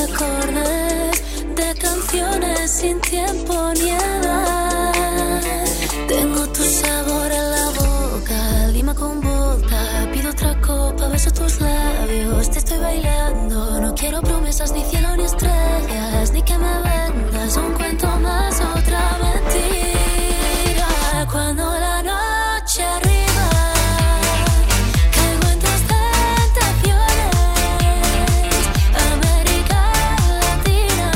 acordes de canciones sin tiempo ni edad. Tengo tu sabor en la boca, lima con boca. Pido otra copa, beso tus labios. Te estoy bailando, no quiero promesas, ni cielo, ni estrellas, ni que me vendas un cuento más, otra mentira. Cuando la noche arriba. Caigo en tus tentaciones, América Latina,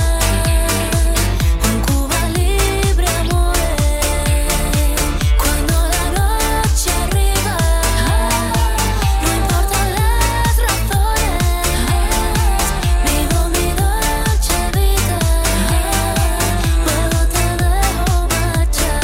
con Cuba libre amores. Cuando la noche arriba, no importan las razones, vivo mi noche vida, luego te dejo marchar.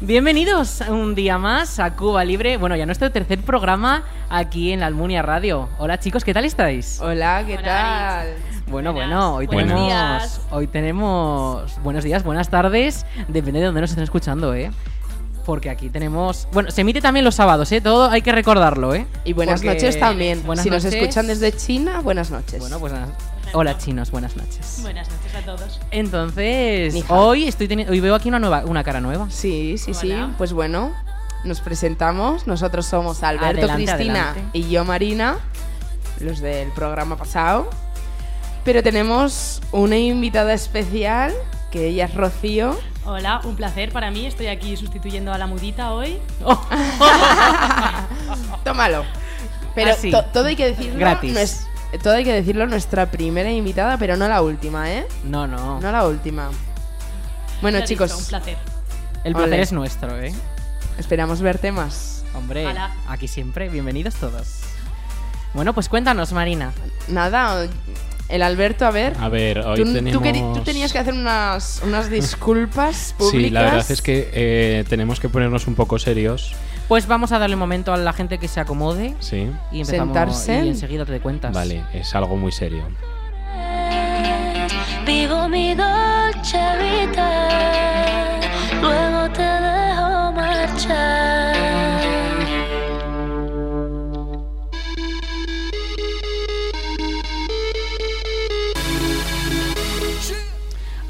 Bienvenidos un día más a Cuba Libre, bueno, ya nuestro tercer programa aquí en la Almunia Radio. Hola chicos, ¿qué tal estáis? Hola, ¿qué tal? Bueno, bueno, hoy Buenos tenemos, días. hoy tenemos buenos días, buenas tardes, depende de dónde nos estén escuchando, ¿eh? Porque aquí tenemos, bueno, se emite también los sábados, ¿eh? Todo hay que recordarlo, ¿eh? Y buenas Porque- noches también. buenas si nos noches. escuchan desde China, buenas noches. Bueno, pues nada. Hola chinos, buenas noches. Buenas noches a todos. Entonces, Ni hao. hoy estoy teni- hoy veo aquí una nueva una cara nueva. Sí, sí, sí. Hola. Pues bueno, nos presentamos. Nosotros somos Alberto, Adelante, Cristina adelante. y yo, Marina, los del programa pasado. Pero tenemos una invitada especial, que ella es Rocío. Hola, un placer para mí. Estoy aquí sustituyendo a la mudita hoy. Tómalo. Pero Así. to- todo hay que decirlo. Ah, Gratis. no es- todo hay que decirlo, nuestra primera invitada, pero no la última, ¿eh? No, no. No la última. Bueno, Ya he chicos, dicho, un placer. El placer Ole. es nuestro, ¿eh? esperamos verte más. Hombre, Hola. aquí siempre, bienvenidos todos. Bueno, pues cuéntanos, Marina. Nada, el Alberto, a ver. A Tú, ver, ver, Ah, hoy tú tenemos... queri- tú tenías que hacer unas, unas disculpas públicas. Sí, la verdad es que eh, tenemos que ponernos un poco serios, Pues vamos a darle un momento a la gente que se acomode ¿sí? y empezamos Sentarse. y enseguida te cuentas. Vale, es algo muy serio. Vivo mi dolce vita, luego te dejo marchar.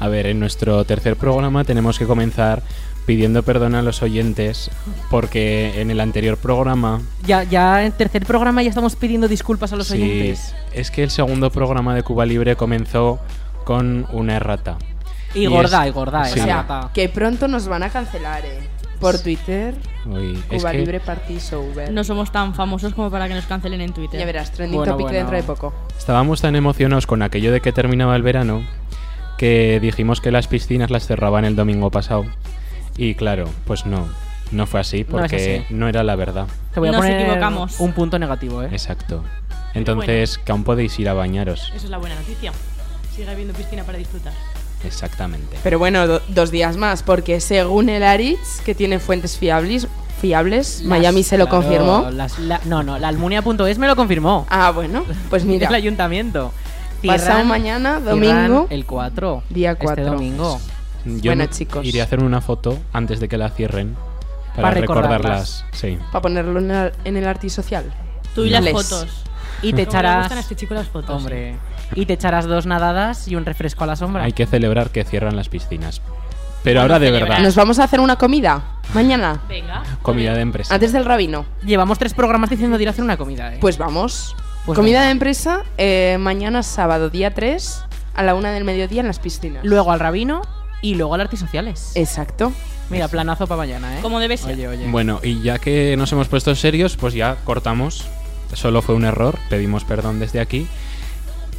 A ver, en nuestro tercer programa tenemos que comenzar pidiendo perdón a los oyentes porque en el anterior programa... Ya, ya en tercer programa ya estamos pidiendo disculpas a los Sí, oyentes. es que el segundo programa de Cuba Libre comenzó con una errata. Y, Y gorda, es- y gorda, sí. O eh, la sea, rata. que pronto nos van a cancelar, ¿eh? Por Twitter, Uy, es Cuba que- Libre Party Sober. No somos tan famosos como para que nos cancelen en Twitter. Ya verás, trending Bueno, topic bueno. dentro de poco. Estábamos tan emocionados con aquello de que terminaba el verano que dijimos que las piscinas las cerraban el domingo pasado. Y claro, pues no, no fue así No es porque no, así. era la verdad. Te voy a nos poner equivocamos. un punto negativo, ¿eh? Exacto. Entonces, que aún podéis ir a bañaros. Eso es la buena noticia. Sigue habiendo piscina para disfrutar. Exactamente. Pero bueno, do- dos días más, porque según el Aritz, que tiene fuentes fiables, fiables Las- Miami se lo claro, confirmó. las- la- no, no, la almunia.es me lo confirmó. Ah, bueno, pues mira, El ayuntamiento. pasado Cierran- mañana, cierran domingo, El 4. Día Este 4. domingo. Yo Bueno, me- chicos. iré a hacer una foto antes de que la cierren para Pa' recordarlas. recordarlas. Sí. para ponerlo en el, en el artisocial. Tú y No. las Les. fotos. Y te Como le echarás. gustan a este chico las fotos. Hombre. Y te echarás dos nadadas y un refresco a la sombra. Hay que celebrar que cierran las piscinas. Pero ahora de verdad, Nos vamos a hacer una comida mañana, Venga. comida de empresa. antes del rabino. Llevamos tres programas diciendo de ir a hacer una comida, ¿eh? Pues vamos. Pues comida venga. de empresa eh, mañana sábado, día 3, a la una del mediodía en las piscinas. Luego al rabino y luego al artisociales. Exacto. Mira, planazo para mañana, ¿eh? Como debe ser. Oye, oye. Bueno, y ya que nos hemos puesto serios, pues ya cortamos. Solo fue un error, pedimos perdón desde aquí.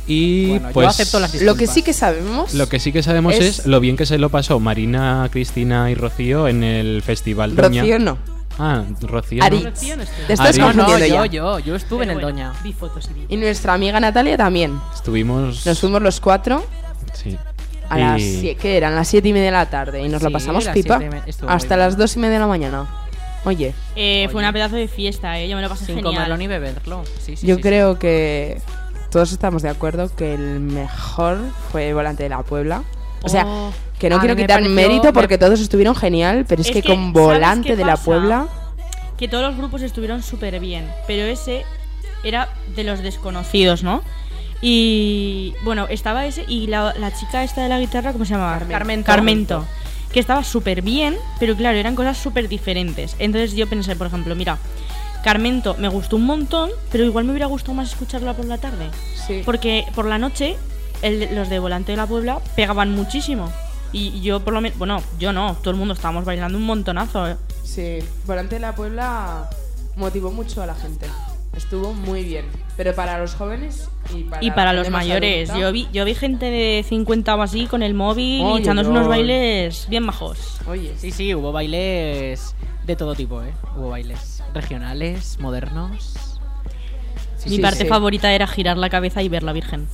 Y Bueno, yo pues acepto las Lo que Disculpas. sí que sabemos... lo que sí que sabemos Es- es... lo bien que se lo pasó Marina, Cristina y Rocío en el Festival Doña. Rocío no. Ah, Rocío. ¿no? Ari. Rocío no estoy. Te estás Ari. No, no, yo, confundiendo ya. yo, yo estuve en el Pero bueno, Doña. Vi fotos y vi. Y nuestra amiga Natalia también. Estuvimos. Nos fuimos los cuatro Sí. a Y- las sie- ¿qué eran las siete y media de la tarde y nos la Sí, pasamos las pipa siete y me- estuvo hasta muy las dos y media de la mañana. Oye, Eh, fue Oye. una pedazo de fiesta, eh. Yo me lo pasé Sin genial. comerlo ni beberlo. Sí, sí, yo sí, creo que todos estamos de acuerdo que el mejor fue Volante de la Puebla. O sea, que no a quiero mí me quitar pareció- mérito porque me- todos estuvieron genial, pero es, Es que, que, con ¿sabes Volante qué de la pasa? Puebla, que todos los grupos estuvieron súper bien, pero ese era de los desconocidos, ¿no? Y bueno, estaba ese y la, la chica esta de la guitarra, ¿cómo se llamaba? Carmento. Carmento. Que estaba súper bien, pero claro, eran cosas súper diferentes. Entonces yo pensé, por ejemplo, mira, Carmento me gustó un montón, pero igual me hubiera gustado más escucharla por la tarde. sí. Porque por la noche el- los de Volante de la Puebla pegaban muchísimo. Y yo por lo menos, bueno, yo no, todo el mundo estábamos bailando un montonazo. ¿eh? Sí, Volante de la Puebla motivó mucho a la gente. Estuvo muy bien. Pero para los jóvenes y para, Y la para gente los más mayores, adulta- yo vi, yo vi gente de 50 o así con el móvil Oye, y echándose unos no. bailes bien bajos. Oye, Sí, sí, hubo bailes de todo tipo, ¿eh? Hubo bailes regionales, modernos. Mi sí, parte sí. favorita era girar la cabeza y ver la Virgen.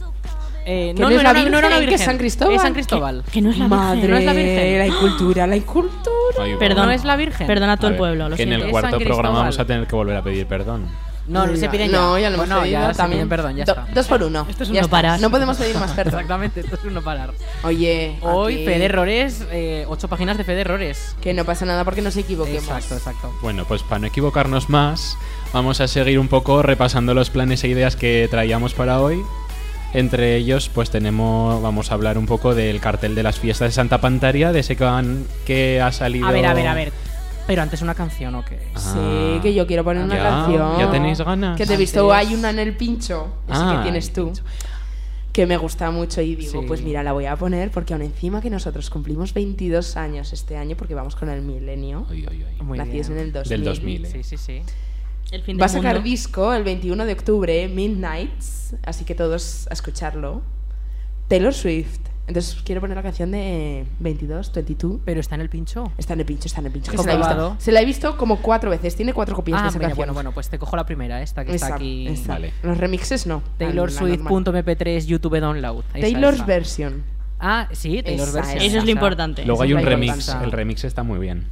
Eh, ¿Que no, no no, es la era, una- no era una Virgen, que virgen. es San Cristóbal? Es San Cristóbal. Que no es la madre, Virgen. no es la Virgen. la incultura, la incultura. Ay, Perdón. No es la Virgen. Perdona a todo A el pues, ver, pueblo, lo que en siento. el Es cuarto San programa Cristóbal. vamos a tener que volver a pedir perdón. No, no se piden ya. No, ya lo hemos Bueno, pedido ya se también. piden perdón, ya Do- está. Dos por uno. Esto es Ya un no está. paras. No podemos pedir más perdón. Exactamente, esto es un no parar. Oye, Hoy, aquí- Fede Errores, eh, ocho páginas de Fede Errores. Que no pasa nada porque nos equivoquemos. Exacto, exacto. Bueno, pues para no equivocarnos más, vamos a seguir un poco repasando los planes e ideas que traíamos para hoy. Entre ellos, pues tenemos, vamos a hablar un poco del cartel de las fiestas de Santa Pantaria, de ese que, han- que ha salido. A ver, a ver, a ver. Pero antes una canción o qué. Ah, Sí, que yo quiero poner una ya, canción. Ya tenéis ganas. Que te he visto, Antes- hay una en el pincho, ese Ah, que tienes el tú, pincho. que me gusta mucho y digo, Sí. pues mira, la voy a poner porque aún encima que nosotros cumplimos 22 años este año porque vamos con el milenio, Ay, ay, ay. Muy nacidos en bien. el 2000. Del ¿eh? 2000. Sí, sí, sí. El fin del Va a sacar mundo. disco el 21 de octubre, Midnights, así que todos a escucharlo. Taylor Swift. Entonces quiero poner la canción de 22, 22. Pero está en el pincho. Está en el pincho, está en el pincho. ¿Qué que se, la he visto, grabado? se la he visto como cuatro veces, tiene cuatro copias de Ah, esa mira, canción. bueno, bueno, pues te cojo la primera, esta que Esa, está aquí. esa. Vale. Los remixes no. Ah, Taylor la Swift normal. punto MP3 YouTube Download. Ahí está, Taylor's esa. version. Ah, sí, Taylor's Esa, version. esa. Eso es esa. lo importante. Luego hay Esa un es la remix. importante. El remix está muy bien.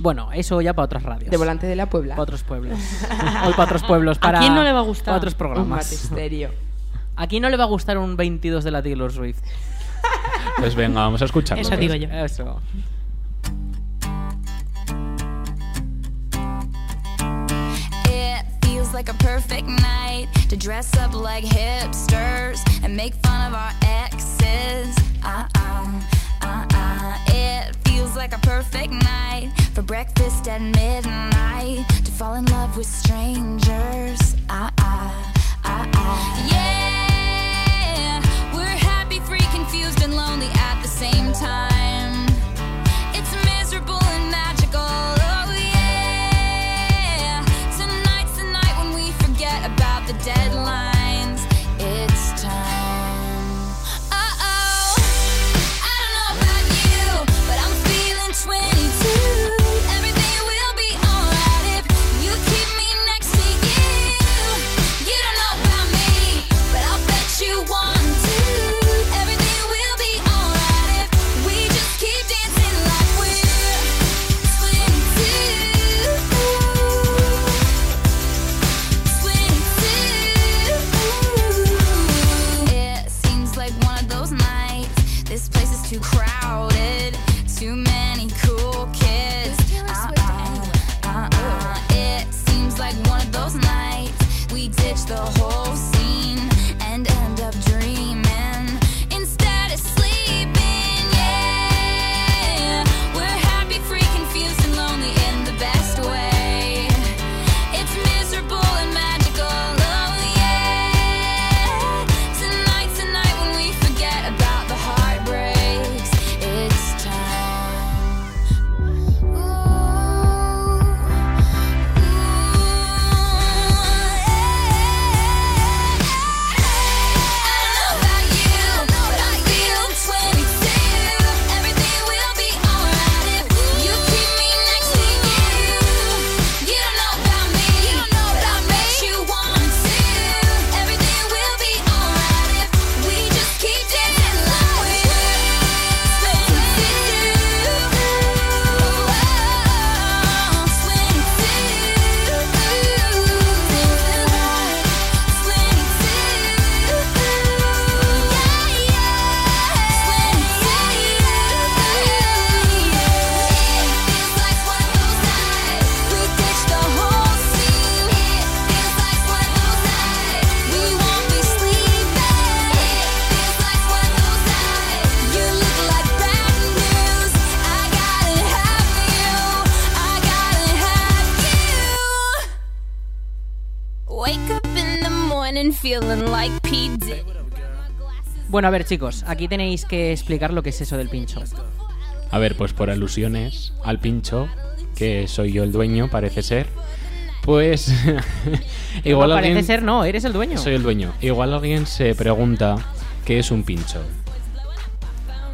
Bueno, eso ya para otras radios. De volante de la Puebla. Para otros pueblos. o para otros pueblos. ¿A Para, quién no le va a gustar? Para otros Un este. programas. batisterio. ¿A quién no le va a gustar un 22 de la Taylor Swift? Pues venga, vamos a escucharlo. Eso digo yo. Eso. It feels like a perfect night to dress up like hipsters and make fun of our exes. Uh uh, uh uh. It feels like a perfect night for breakfast at midnight to fall in love with strangers. Uh uh, uh uh. Yeah, we're happy, free, confused, and lonely at the same time. It's miserable and magical. Oh yeah. Tonight's the night when we forget about the deadlines. It's time. Uh oh. I don't know about you, but I'm feeling 22. Everything will be alright if you keep me next to you. You don't Uh-uh, oh feeling like P. Diddy. Bueno, a ver, chicos, aquí tenéis que explicar lo que es eso del pincho. A ver, pues por alusiones al pincho, que soy yo el dueño, parece ser. Pues. igual No, alguien. Parece ser, no, eres el dueño. Soy el dueño. Igual alguien se pregunta qué es un pincho.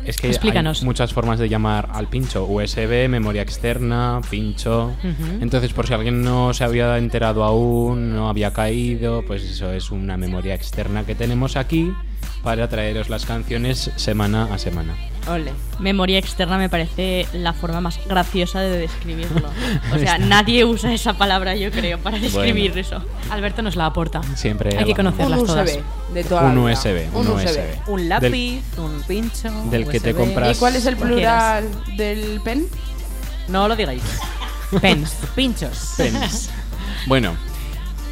Es que Explícanos. hay muchas formas de llamar al pincho. USB, memoria externa, pincho. Ujú. Entonces, por si alguien no se había enterado aún, no había caído, pues eso es una memoria externa que tenemos aquí para traeros las canciones semana a semana. Ole. Memoria externa me parece la forma más graciosa de describirlo. O sea, nadie usa esa palabra, yo creo, para describir Bueno. eso. Alberto nos la aporta. Siempre Hay que la- Un conocerlas USB todas. de toda la Un vida. USB, un USB. Un lápiz, un pincho. del un que te USB. compras- ¿Y cuál es el Cualquiera. plural del pen? No lo digáis. Pens, pinchos. Pens. Bueno,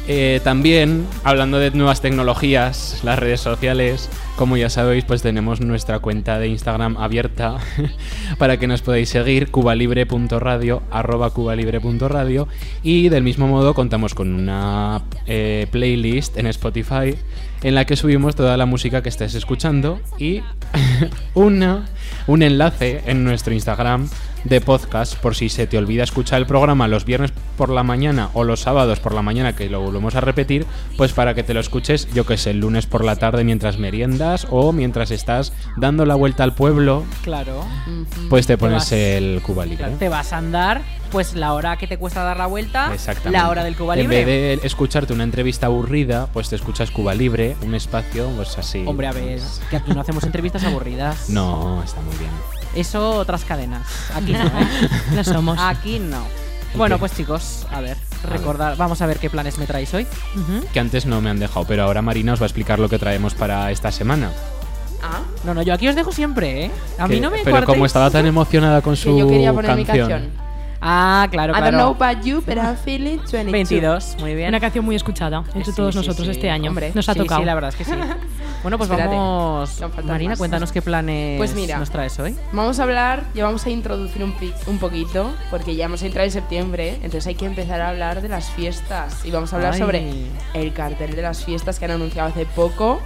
eh, también hablando de nuevas tecnologías, las redes sociales, como ya sabéis, pues tenemos nuestra cuenta de Instagram abierta para que nos podáis seguir, cubalibre.radio, arroba cubalibre.radio y del mismo modo contamos con una eh, playlist en Spotify en la que subimos toda la música que estés escuchando y una, un enlace en nuestro Instagram de podcast por si se te olvida escuchar el programa los viernes por la mañana o los sábados por la mañana que lo volvemos a repetir, pues para que te lo escuches yo que sé, el lunes por la tarde mientras meriendas o mientras estás dando la vuelta al pueblo, Claro. pues te vas- pones el Cuba Claro, Libre. Te vas a andar, pues la hora que te cuesta dar la vuelta, Exactamente. la hora del Cuba Libre. En vez de escucharte una entrevista aburrida, pues te escuchas Cuba Libre, un espacio pues así. Hombre, a ver, que aquí no hacemos entrevistas aburridas. No, está muy bien. Eso otras cadenas. Aquí no, ¿eh? No somos. Aquí no. Bueno, pues chicos, a ver, recordar, vamos a ver qué planes me traéis hoy. Ujú. Que antes no me han dejado, pero ahora Marina os va a explicar lo que traemos para esta semana. Ah, No, no, yo aquí os dejo siempre, ¿eh? A mí Que- no me Pero cortéis. como estaba tan emocionada con su que yo quería poner canción, mi canción. Ah, claro, I don't know claro. about you, but I'm feeling 22. 22, muy bien. Una canción muy escuchada entre Sí, todos sí, nosotros sí. este año. Hombre, Nos ha Sí, tocado. Sí, la verdad es que sí. Bueno, pues Espérate, vamos. que aún faltan Marina, más. cuéntanos qué planes Pues mira. nos traes hoy. Vamos a hablar, ya vamos a introducir un, pi- un poquito, porque ya vamos a entrar en septiembre, entonces hay que empezar a hablar de las fiestas. Y vamos a hablar Ay. sobre el cartel de las fiestas que han anunciado hace poco.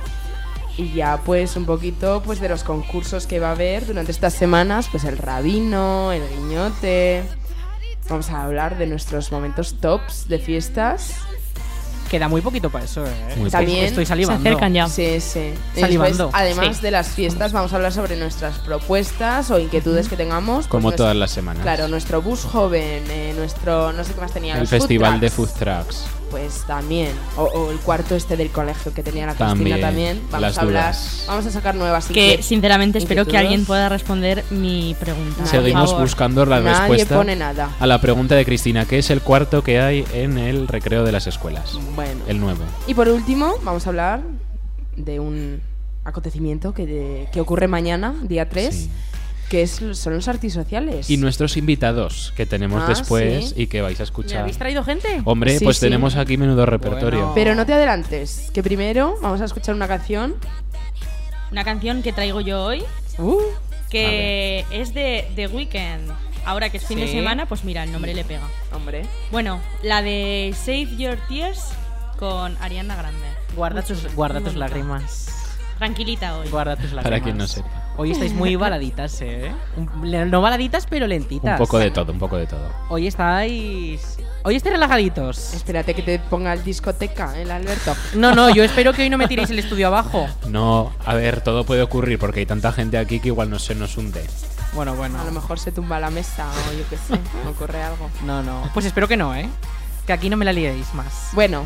Y ya pues un poquito pues de los concursos que va a haber durante estas semanas, pues el rabino, el guiñote. Vamos a hablar de nuestros momentos tops de fiestas. Queda muy poquito para eso, ¿eh? Muy Estoy- poco. Estoy Se salivando. acercan ya. Sí, sí. Y Salivando. después, además Sí. de las fiestas, vamos a hablar sobre nuestras propuestas o inquietudes que tengamos. pues, como nuestra- todas las semanas. Claro, nuestro bus joven, eh, nuestro no sé qué más tenía. el los food festival de trucks, food trucks. Pues también. O, o el cuarto este del colegio que tenía la Cristina También, también. Vamos las a hablar. dudas. Vamos a sacar nuevas Que inquiet- sinceramente espero que inquietudes. alguien pueda responder mi pregunta. Nadie. Seguimos por favor. buscando la Nadie respuesta pone nada. a la pregunta de Cristina, ¿qué es el cuarto que hay en el recreo de las escuelas? Bueno. El nuevo. Y por último, vamos a hablar de un acontecimiento que, de- que ocurre mañana, día 3, Sí. que es, son los artisociales. Y nuestros invitados que tenemos Pues Ah, después sí. y que vais a escuchar. ¿Habéis traído gente? Hombre, Sí, pues sí. tenemos aquí menudo repertorio. Pero no te adelantes, que primero vamos a escuchar una canción. Una canción que traigo yo hoy, Uh, que es de The Weeknd. Ahora que es fin de Sí. semana, pues mira, el nombre le pega. hombre. Bueno, la de Save Your Tears con Ariana Grande. Guarda tus, guarda tus bonito. lágrimas. Tranquilita hoy. Guarda tus lágrimas. Para quien no sepa. Hoy estáis muy baladitas, ¿eh? Un- le- No baladitas, pero lentitas. Un poco de todo, un poco de todo. Hoy estáis. Hoy estáis relajaditos. Espérate que te ponga el discoteca, el Alberto. No, no, yo espero que hoy no me tiréis el estudio abajo. No, a ver, todo puede ocurrir porque hay tanta gente aquí que igual no se nos hunde. Bueno, bueno. A lo mejor se tumba la mesa o yo qué sé, me ocurre algo. No, no. Pues espero que no, ¿eh? Que aquí no me la liéis más. Bueno,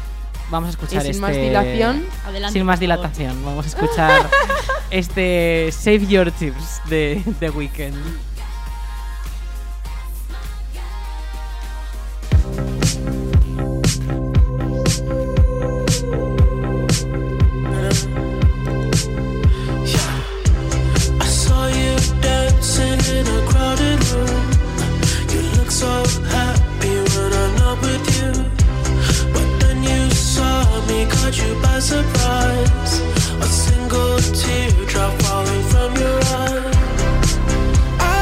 Vamos a escuchar y sin este- más dilación, Adelante, Sin más por favor. dilatación, vamos a escuchar este Save Your Tips de The Weeknd. I saw you dancing in a crowded room. You look so happy when I'm not with you. But then you saw me, caught you by surprise. A single teardrop falling from your eye. I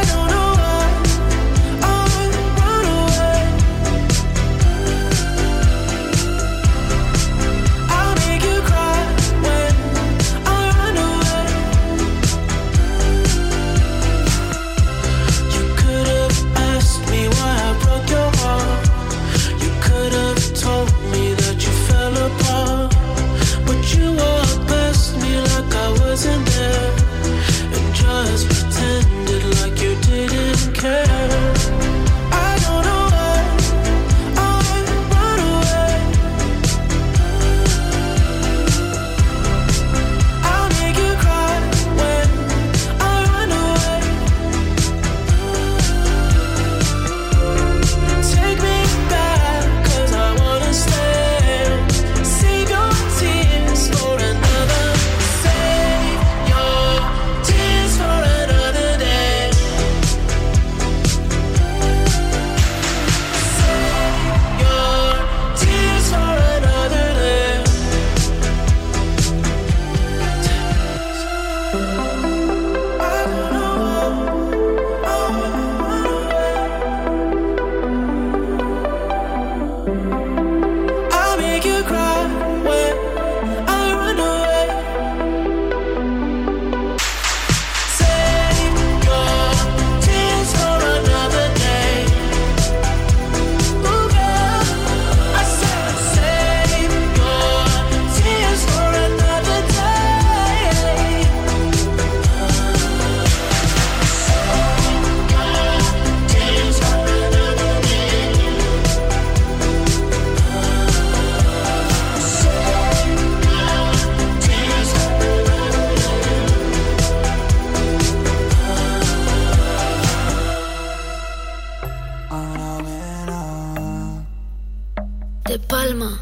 palma.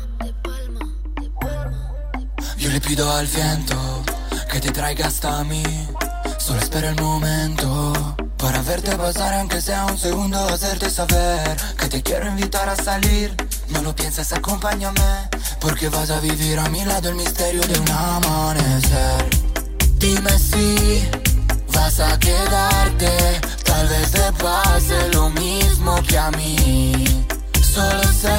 Io le pido al viento que te traiga hasta mí. Solo espero el momento para verte pasar, aunque sea un segundo, hacerte saber que te quiero invitar a salir. No lo pienses, acompáñame, porque vas a vivir a mi lado el misterio de un amanecer. Dime si vas a quedarte, tal vez te pase lo mismo que a mí. Solo sé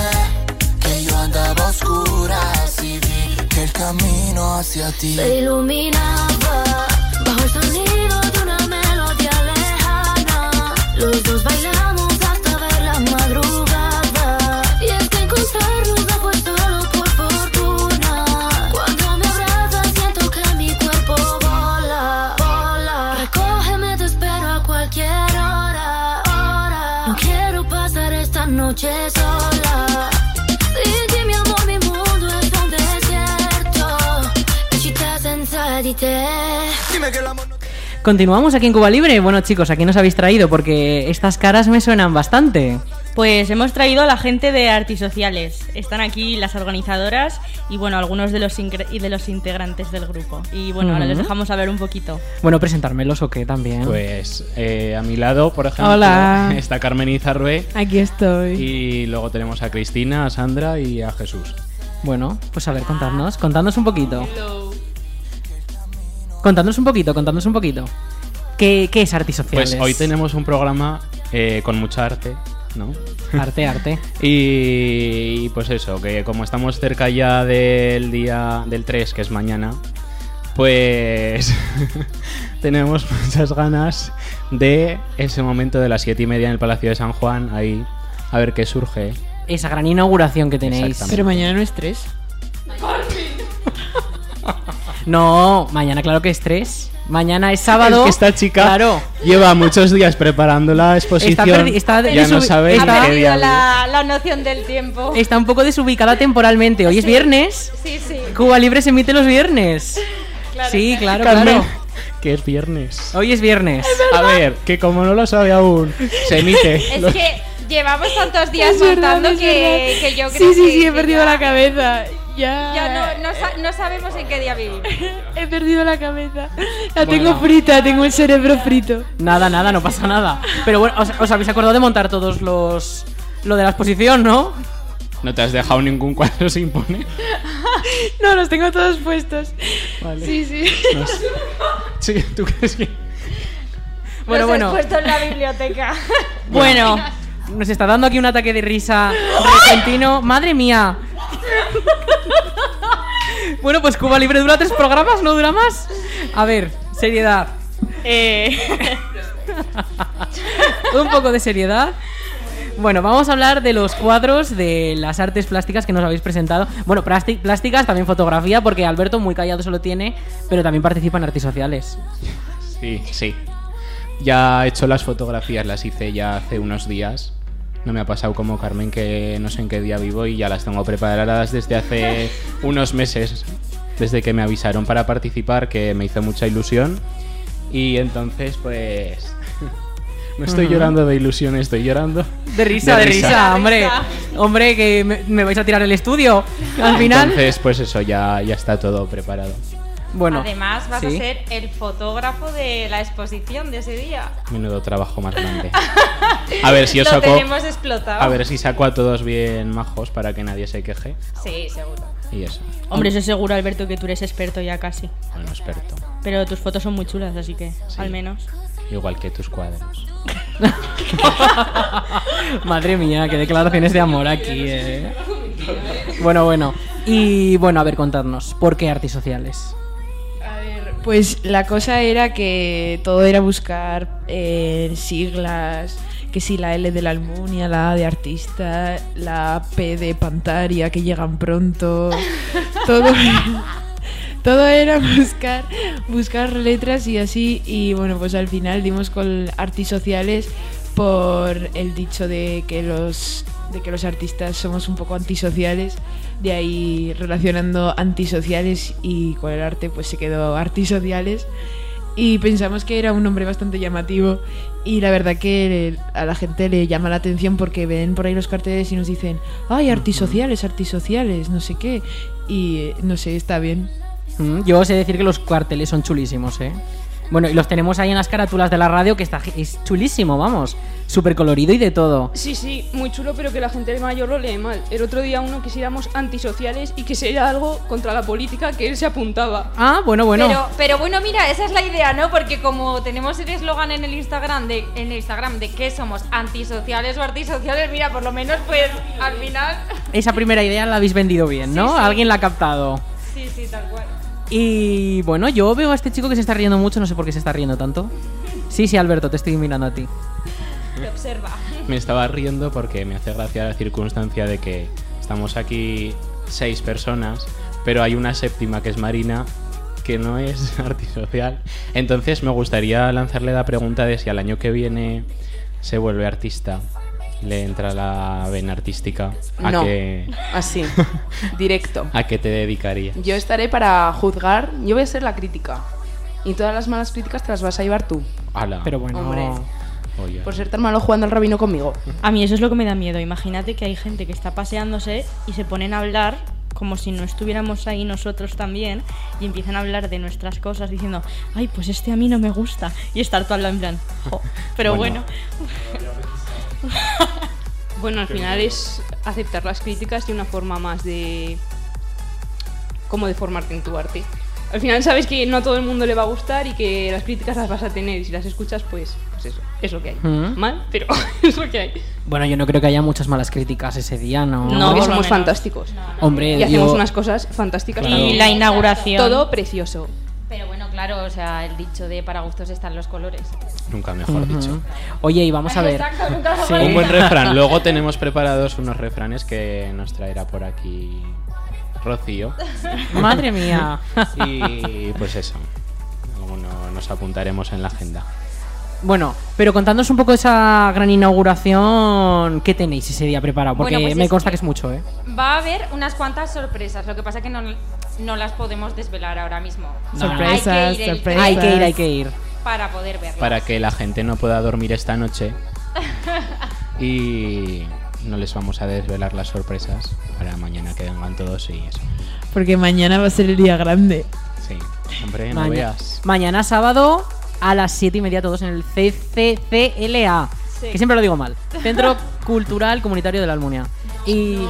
que yo andaba a oscuras y vi que el camino hacia ti. Se iluminaba bajo el sonido de una melodía lejana. Los dos bailamos hasta ver la madrugada. Y es que encontrarnos no fue solo por fortuna. Cuando me abrazas siento que mi cuerpo vola, vola. Recógeme, te espero a cualquier hora, hora. No quiero pasar esta noche sola. Sin ti, mi amor, mi mundo es un desierto. Eccita senza di te. Continuamos aquí en Cuba Libre. Bueno, chicos, aquí nos habéis traído porque estas caras me suenan bastante. Pues hemos traído a la gente de Artisociales. Están aquí las organizadoras y bueno, algunos de los, ingre- y de los integrantes del grupo. Y bueno, ahora les Ujú. dejamos hablar un poquito. Bueno, presentármelos o qué también. Pues eh, a mi lado, por ejemplo, Hola. está Carmen Izarbe Aquí estoy. y luego tenemos a Cristina, a Sandra y a Jesús. Bueno, pues a ver, contadnos, contadnos un poquito. Contadnos un poquito, contadnos un poquito. ¿Qué, qué es Artis Sociales? Pues hoy tenemos un programa eh, con mucha arte, ¿no? Arte, arte. Y, y pues eso, que como estamos cerca ya del día del 3, que es mañana, pues tenemos muchas ganas de ese momento de las 7 y media en el Palacio de San Juan, ahí, a ver qué surge. Esa gran inauguración que tenéis. Exactamente. Pero mañana no es tres. No, mañana claro que es tres. Mañana es sábado. Es que esta chica Claro. lleva muchos días preparando la Está, exposición. perdi- está ya no desubi- sabe ni está- qué día vive. noción del tiempo. está un poco desubicada temporalmente. Hoy es viernes. Sí, sí. Cuba Libre se emite los viernes. sí, claro, claro. Carmen, Que es viernes. Hoy es viernes. A ver, que como no lo sabe aún, se emite. Es los- que llevamos tantos días Es verdad, contando es que, verdad. que yo creo Sí, sí, que- sí, he que ya- perdido la cabeza. Ya. Ya no, no, sa- no sabemos en qué día vivimos. He perdido la cabeza. La Bueno. tengo frita, tengo el cerebro frito. Nada, nada, no pasa nada. Pero bueno, os, os habéis acordado de montar todos los. Lo de la exposición, ¿no? No te has dejado ningún cuadro sin poner. No, los tengo todos puestos. Vale. Sí, sí. No sé. Sí, ¿tú crees que.? Bueno, Los bueno. he puesto en la biblioteca. Bueno, nos está dando aquí un ataque de risa repentino. ¡Madre mía! Bueno, pues Cuba Libre dura tres programas, ¿no dura más? A ver, seriedad. Un poco de seriedad. Bueno, vamos a hablar de los cuadros de las artes plásticas que nos habéis presentado. Bueno, plasti- plásticas, también fotografía, porque Alberto muy callado solo tiene, pero también participa en artes sociales. Sí, sí. Ya he hecho las fotografías, las hice ya hace unos días. No me ha pasado como Carmen que no sé en qué día vivo y ya las tengo preparadas desde hace unos meses, desde que me avisaron para participar, que me hizo mucha ilusión. Y entonces, pues... No estoy llorando de ilusión, estoy llorando. De risa, de, De risa, risa. hombre. Hombre, que me, me vais a tirar el estudio al final. Entonces, pues eso, ya, ya está todo preparado. bueno, Además, vas sí. a ser el fotógrafo de la exposición de ese día. Menudo trabajo más grande. A ver si os Lo saco... tenemos explotado. A ver si saco a todos bien majos para que nadie se queje. Sí, seguro. Y eso. Hombre, eso seguro, Alberto, que tú eres experto ya casi. Bueno, experto. Pero tus fotos son muy chulas, así que Sí. al menos. Igual que tus cuadros. Madre mía, qué declaraciones de amor aquí, eh. Bueno, bueno. Y bueno, a ver, contadnos, ¿por qué artes sociales? A ver, pues la cosa era que todo era buscar eh, siglas, que si la L de la Almunia, la A de artista, la P de Pantaria, que llegan pronto, todo, todo era buscar, buscar letras y así, y bueno, pues al final dimos con artis sociales por el dicho de que los de que los artistas somos un poco antisociales, de ahí relacionando antisociales y con el arte pues se quedó artisociales y pensamos que era un hombre bastante llamativo y la verdad que le- a la gente le llama la atención porque ven por ahí los carteles y nos dicen, ay, artisociales, artisociales, no sé qué, y eh, no sé, está bien. Mm, Yo sé decir que los cuarteles son chulísimos, ¿eh? Bueno, y los tenemos ahí en las carátulas de la radio, que está gi- es chulísimo, vamos. Súper colorido y de todo. Sí, sí, muy chulo, pero que la gente mayor lo lee mal. El otro día uno quisiéramos antisociales y que sería algo contra la política que él se apuntaba. Ah, bueno, bueno. Pero, pero bueno, mira, esa es la idea, ¿no? Porque como tenemos el eslogan en el Instagram de en el Instagram de que somos antisociales o antisociales, mira, por lo menos pues al final Esa primera idea la habéis vendido bien, ¿no? Alguien la ha captado. sí, sí, tal cual. Y bueno, yo veo a este chico que se está riendo mucho, no sé por qué se está riendo tanto. Sí, sí, Alberto, te estoy mirando a ti. Te observa. Me estaba riendo porque me hace gracia la circunstancia de que estamos aquí seis personas, pero hay una séptima que es Marina, que no es artisocial. Entonces me gustaría lanzarle la pregunta de si al año que viene se vuelve artista. Le entra la vena artística. ¿A No, qué- así, directo. ¿A qué te dedicarías? Yo estaré para juzgar, yo voy a ser la crítica. Y todas las malas críticas te las vas a llevar tú, Ala. Pero bueno. hombre. Oye. Por ser tan malo jugando al rabino conmigo. A mí eso es lo que me da miedo. Imagínate que hay gente que está paseándose y se ponen a hablar como si no estuviéramos ahí nosotros también y empiezan a hablar de nuestras cosas diciendo, ay, pues este a mí no me gusta. Y estar todo al lado en plan, "Jo". pero Bueno. bueno. Bueno, al final es aceptar las críticas de una forma más de. como de formarte en tu arte. Al final sabes que no a todo el mundo le va a gustar y que las críticas las vas a tener y si las escuchas, pues, pues eso, es lo que hay. Mm. Mal, pero es lo que hay. Bueno, yo no creo que haya muchas malas críticas ese día, ¿no? No, porque somos fantásticos. Hombre, y hacemos yo- unas cosas fantásticas. Claro. también. Y la inauguración. Todo precioso. Pero bueno, claro, o sea, el dicho de para gustos están los colores. Nunca mejor Ujú. dicho. Oye, y vamos a ver. Exacto, nunca lo Sí. Un buen refrán. Luego tenemos preparados unos refranes que nos traerá por aquí Rocío. Madre mía. Y pues eso. Alguno nos apuntaremos en la agenda. Bueno, pero contándonos un poco esa gran inauguración, ¿qué tenéis ese día preparado? Porque Bueno, pues me es consta que- que... es mucho, ¿eh? Va a haber unas cuantas sorpresas, lo que pasa que no, no las podemos desvelar ahora mismo. No. Hay que ir el- Hay que ir, hay que ir. Para poder verlas. Para que la gente no pueda dormir esta noche. Y no les vamos a desvelar las sorpresas para mañana que vengan todos y eso. Porque mañana va a ser el día grande. Sí. Hombre, no Maña- veas. Mañana sábado a las 7 y media todos en el CCCLA. Sí. Que siempre lo digo mal. Centro Cultural Comunitario de la Almunia. Y...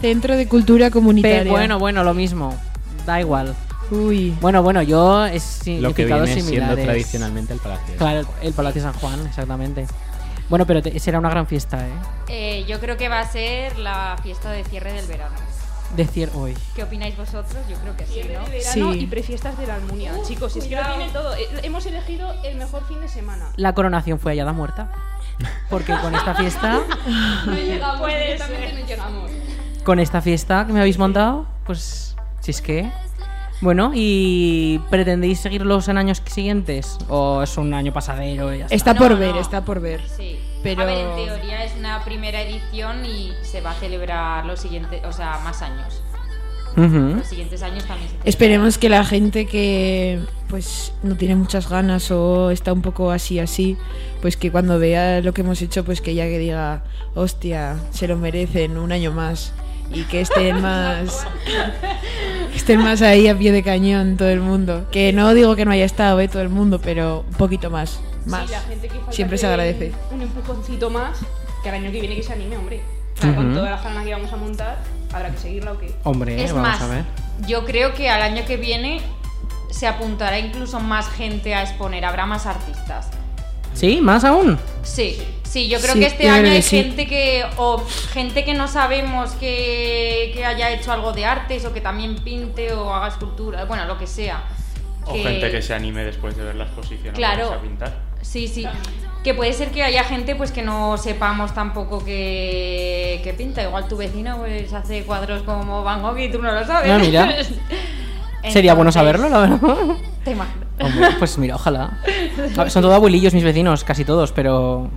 Centro de Cultura Comunitaria. Pe- bueno, bueno, lo mismo. Da igual. Uy. Bueno, bueno, yo es Lo que significados viene siendo similares. tradicionalmente el palacio. Claro, el Palacio San Juan, exactamente. Bueno, pero te- será una gran fiesta, ¿eh? Eh, yo creo que va a ser la fiesta de cierre del verano. Decir hoy. ¿Qué opináis vosotros? Yo creo que sí, ¿no? Verano Sí. y prefiestas de la Almunia, chicos. Es que lo tiene todo. Eh, Hemos elegido el mejor fin de semana. La coronación fue hallada muerta. Porque con esta fiesta, No llegamos, Puede directamente no llegamos. con esta fiesta que me habéis montado, pues si es que. Bueno, ¿y pretendéis seguirlos en años siguientes? ¿O es un año pasadero? y ya está? Está por ver, no. está por ver. Sí. Pero- A ver, en teoría es una primera edición y se va a celebrar los siguientes, o sea, más años. Ujú. Los siguientes años también se celebra. Esperemos que la gente que pues no tiene muchas ganas o está un poco así así, pues que cuando vea lo que hemos hecho, pues que ya que diga, hostia, se lo merecen un año más y que estén más que estén más ahí a pie de cañón todo el mundo. Que no digo que no haya estado eh, todo el mundo, pero un poquito más, más. Sí, la gente que falta Siempre se que agradece. den Un empujoncito más que el año que viene que se anime, hombre. O sea, Con Ujú. toda la jarana que vamos a montar, habrá que seguirla o qué. Hombre, Es vamos más, a ver. yo creo que al año que viene se apuntará incluso más gente a exponer, habrá más artistas. ¿Sí? ¿Más aún? Sí, sí, yo creo Sí, que este yo año creo que hay sí. gente que o gente que no sabemos que, que haya hecho algo de artes o que también pinte o haga escultura, bueno, lo que sea. O gente que se anime después de ver la exposición a Claro. ponerse a pintar. Sí, sí. Que puede ser que haya gente pues que no sepamos tampoco que, que pinta. Igual tu vecino pues hace cuadros como Van Gogh y tú no lo sabes. Ah, mira. Sería bueno Entonces, saberlo, la verdad. te imag- Hombre, pues mira, ojalá. A ver, Son todos abuelillos mis vecinos, casi todos, pero.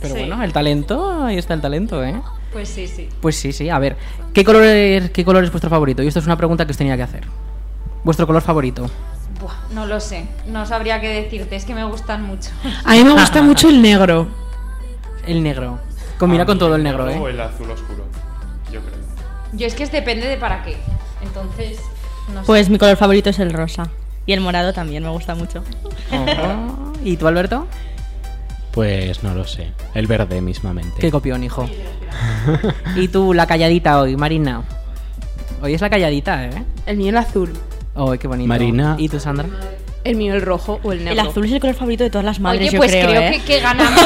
Pero Sí. bueno, el talento, ahí está el talento, ¿eh? Pues sí, sí. Pues sí, sí, a ver. ¿Qué color, es, ¿Qué color es vuestro favorito? Y esto es una pregunta que os tenía que hacer. ¿Vuestro color favorito? Buah, no lo sé, no sabría qué decirte, es que me gustan mucho. A mí me gusta mucho el negro. El negro. Combina A con mí todo el el negro, negro O ¿eh? el azul oscuro, yo creo. Yo es que es depende de para qué. Entonces, no sé. Pues mi color favorito es el rosa. Y el morado también, me gusta mucho. Oh. ¿Y tú, Alberto? Pues no lo sé. El verde mismamente. Qué copión, hijo. y tú, la calladita hoy, Marina. Hoy es la calladita, ¿eh? El mío el azul. Oh, qué bonito. Marina. ¿Y tú, Sandra? El mío el rojo o el negro. azul es el color favorito de todas las madres, Oye, yo pues creo, creo, ¿eh? que, que ganamos.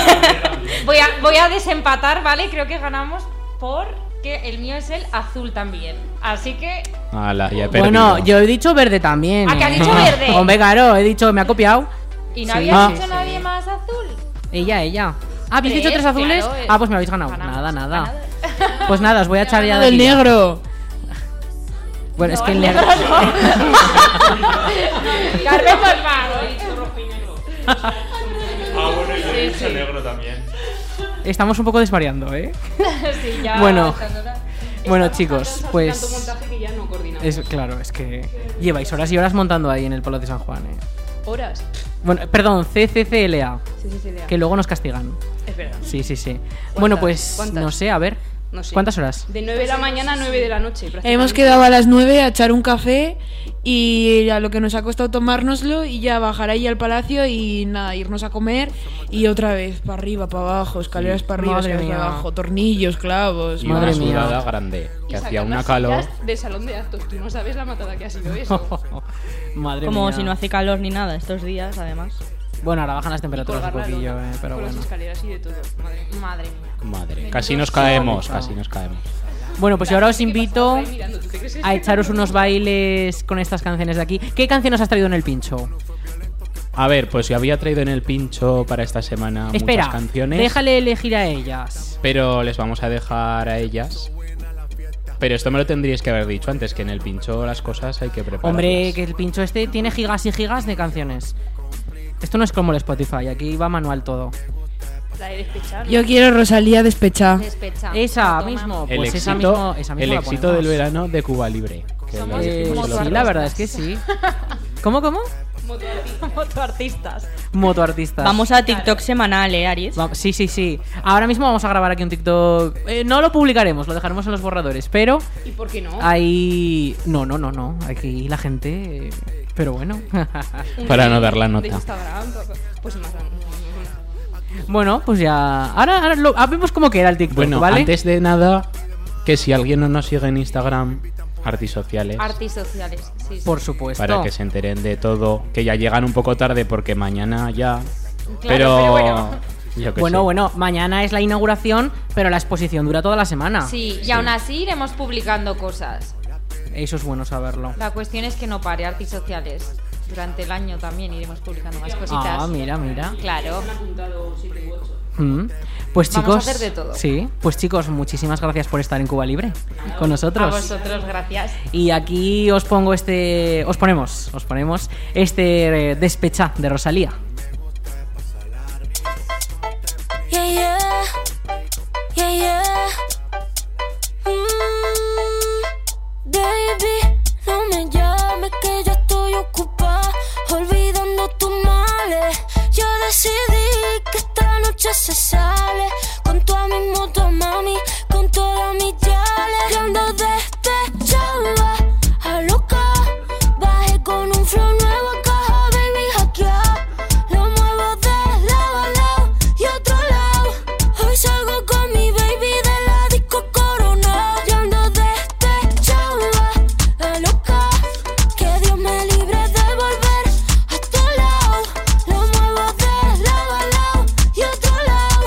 voy, a, voy a desempatar, ¿vale? Creo que ganamos porque el mío es el azul también. Así que Ala, ya he Bueno, perdido. yo he dicho verde también. Ah, que ha ¿eh? dicho verde. Hombre, claro, he dicho, me ha copiado. ¿Y no Sí, habías sí, dicho sí. nadie más azul? Ella, ella. Ah, ¿habéis dicho Tres, tres azules? claro, eh. ah, pues me habéis ganado. nada, nada. Pues nada, os voy a echar ya de El aquí. negro. Bueno, es No, que el el negro. negro Carmen, por favor. Ah, bueno, yo he dicho negro también. Estamos un poco desvariando, ¿eh? Sí, ya, Bueno. estas horas. Bueno, chicos, Tanto pues. montaje que ya no coordinamos. Es, claro, es que lleváis horas y horas montando ahí en el Polo de San Juan, ¿eh? Horas. Bueno, perdón, CCCLA. CCCLA. Que luego nos castigan. Es verdad. Sí, sí, sí. Bueno, pues ¿Cuántas? no sé, a ver. No sé. ¿Cuántas horas? De 9 de la mañana a 9 de la noche. prácticamente. Hemos quedado a las 9 a echar un café y a lo que nos ha costado tomárnoslo y ya bajar ahí al palacio y nada, irnos a comer y otra vez para arriba, para abajo, escaleras para arriba, Madre escaleras para mía. abajo, tornillos, clavos. Y madre una mía. sudada grande. Y Que hacía sacar una las calor. sillas De salón de actos. Tú no sabes la matada que ha sido eso. Madre Como mía. si no hace calor ni nada estos días, además. Bueno, ahora bajan las temperaturas un Colgar la poquillo, lona eh, pero con bueno. las escaleras y de todo. Madre mía. Madre mía. Madre. Menudo Casi nos show. caemos, casi nos caemos. Bueno, pues yo ahora os invito Ahí mirando, ¿tú te crees que a es echaros unos bailes con estas canciones de aquí. ¿Qué canción os has traído en el pincho? A ver, pues yo había traído en el pincho para esta semana Espera, muchas canciones. déjale elegir a ellas. Pero les vamos a dejar a ellas. Pero esto me lo tendríais que haber dicho antes, que en el pincho las cosas hay que prepararlas. pues. Hombre, que el pincho este tiene gigas y gigas de canciones. Esto no es como el Spotify, aquí va manual todo. La de despechar, ¿no? Yo quiero Rosalía despechada. Despecha. Esa Toma. mismo, el pues éxito, esa mismo, esa mismo el la éxito ponemos. del verano de Cuba Libre. que lo Somos Eh, dijimos el Moto otro sí, la día. verdad es que sí. ¿Cómo, cómo? Motoartistas. Motoartistas. Vamos a TikTok semanal, ¿eh, Aries? Va- Sí, sí, sí. Ahora mismo vamos a grabar aquí un TikTok. Eh, no lo publicaremos, lo dejaremos en los borradores. Pero ¿Y por qué no? ahí. No, no, no, no. Aquí la gente. eh, Pero bueno. Un Para reel no dar la De nota. Instagram, pa- pa- pues más. bueno, pues ya. Ahora, ahora lo... ah, vemos cómo queda el TikTok, Bueno, ¿vale? antes de nada, que si alguien no nos sigue en Instagram, artisociales, Artis sociales. Sí, sí. Por supuesto. para que se enteren de todo, que ya llegan un poco tarde porque mañana ya. pero... Claro, pero bueno. yo qué Bueno, sé. bueno, mañana es la inauguración, pero la exposición dura toda la semana. Sí, y aún así iremos publicando cosas. Eso es bueno saberlo. La cuestión es que no pare Artis sociales. Durante el año también iremos publicando más cositas. Ah, mira, mira. Claro. Mm. Pues chicos, Vamos a hacer de todo. sí, pues chicos, muchísimas gracias por estar en Cuba Libre con A nosotros. vosotros, gracias. Y aquí os pongo este, os ponemos, os ponemos este eh, despechá de Rosalía. Yeah, yeah. Yeah, yeah. Mm, baby, no me llames que yo estoy ocupada olvidando tus males. Yo decidí que esta noche se sale con toda mi moto, mami, con todas mis yales. Yo ando despechada, a loca. Bajé con un flow nuevo en caja, baby, hackeado. Lo muevo de lado a lado y otro lado. Hoy salgo con mi baby de la disco corona. Yo ando despechada, la loca. Que Dios me libre de volver a tu lado. Lo muevo de lado a lado y otro lado.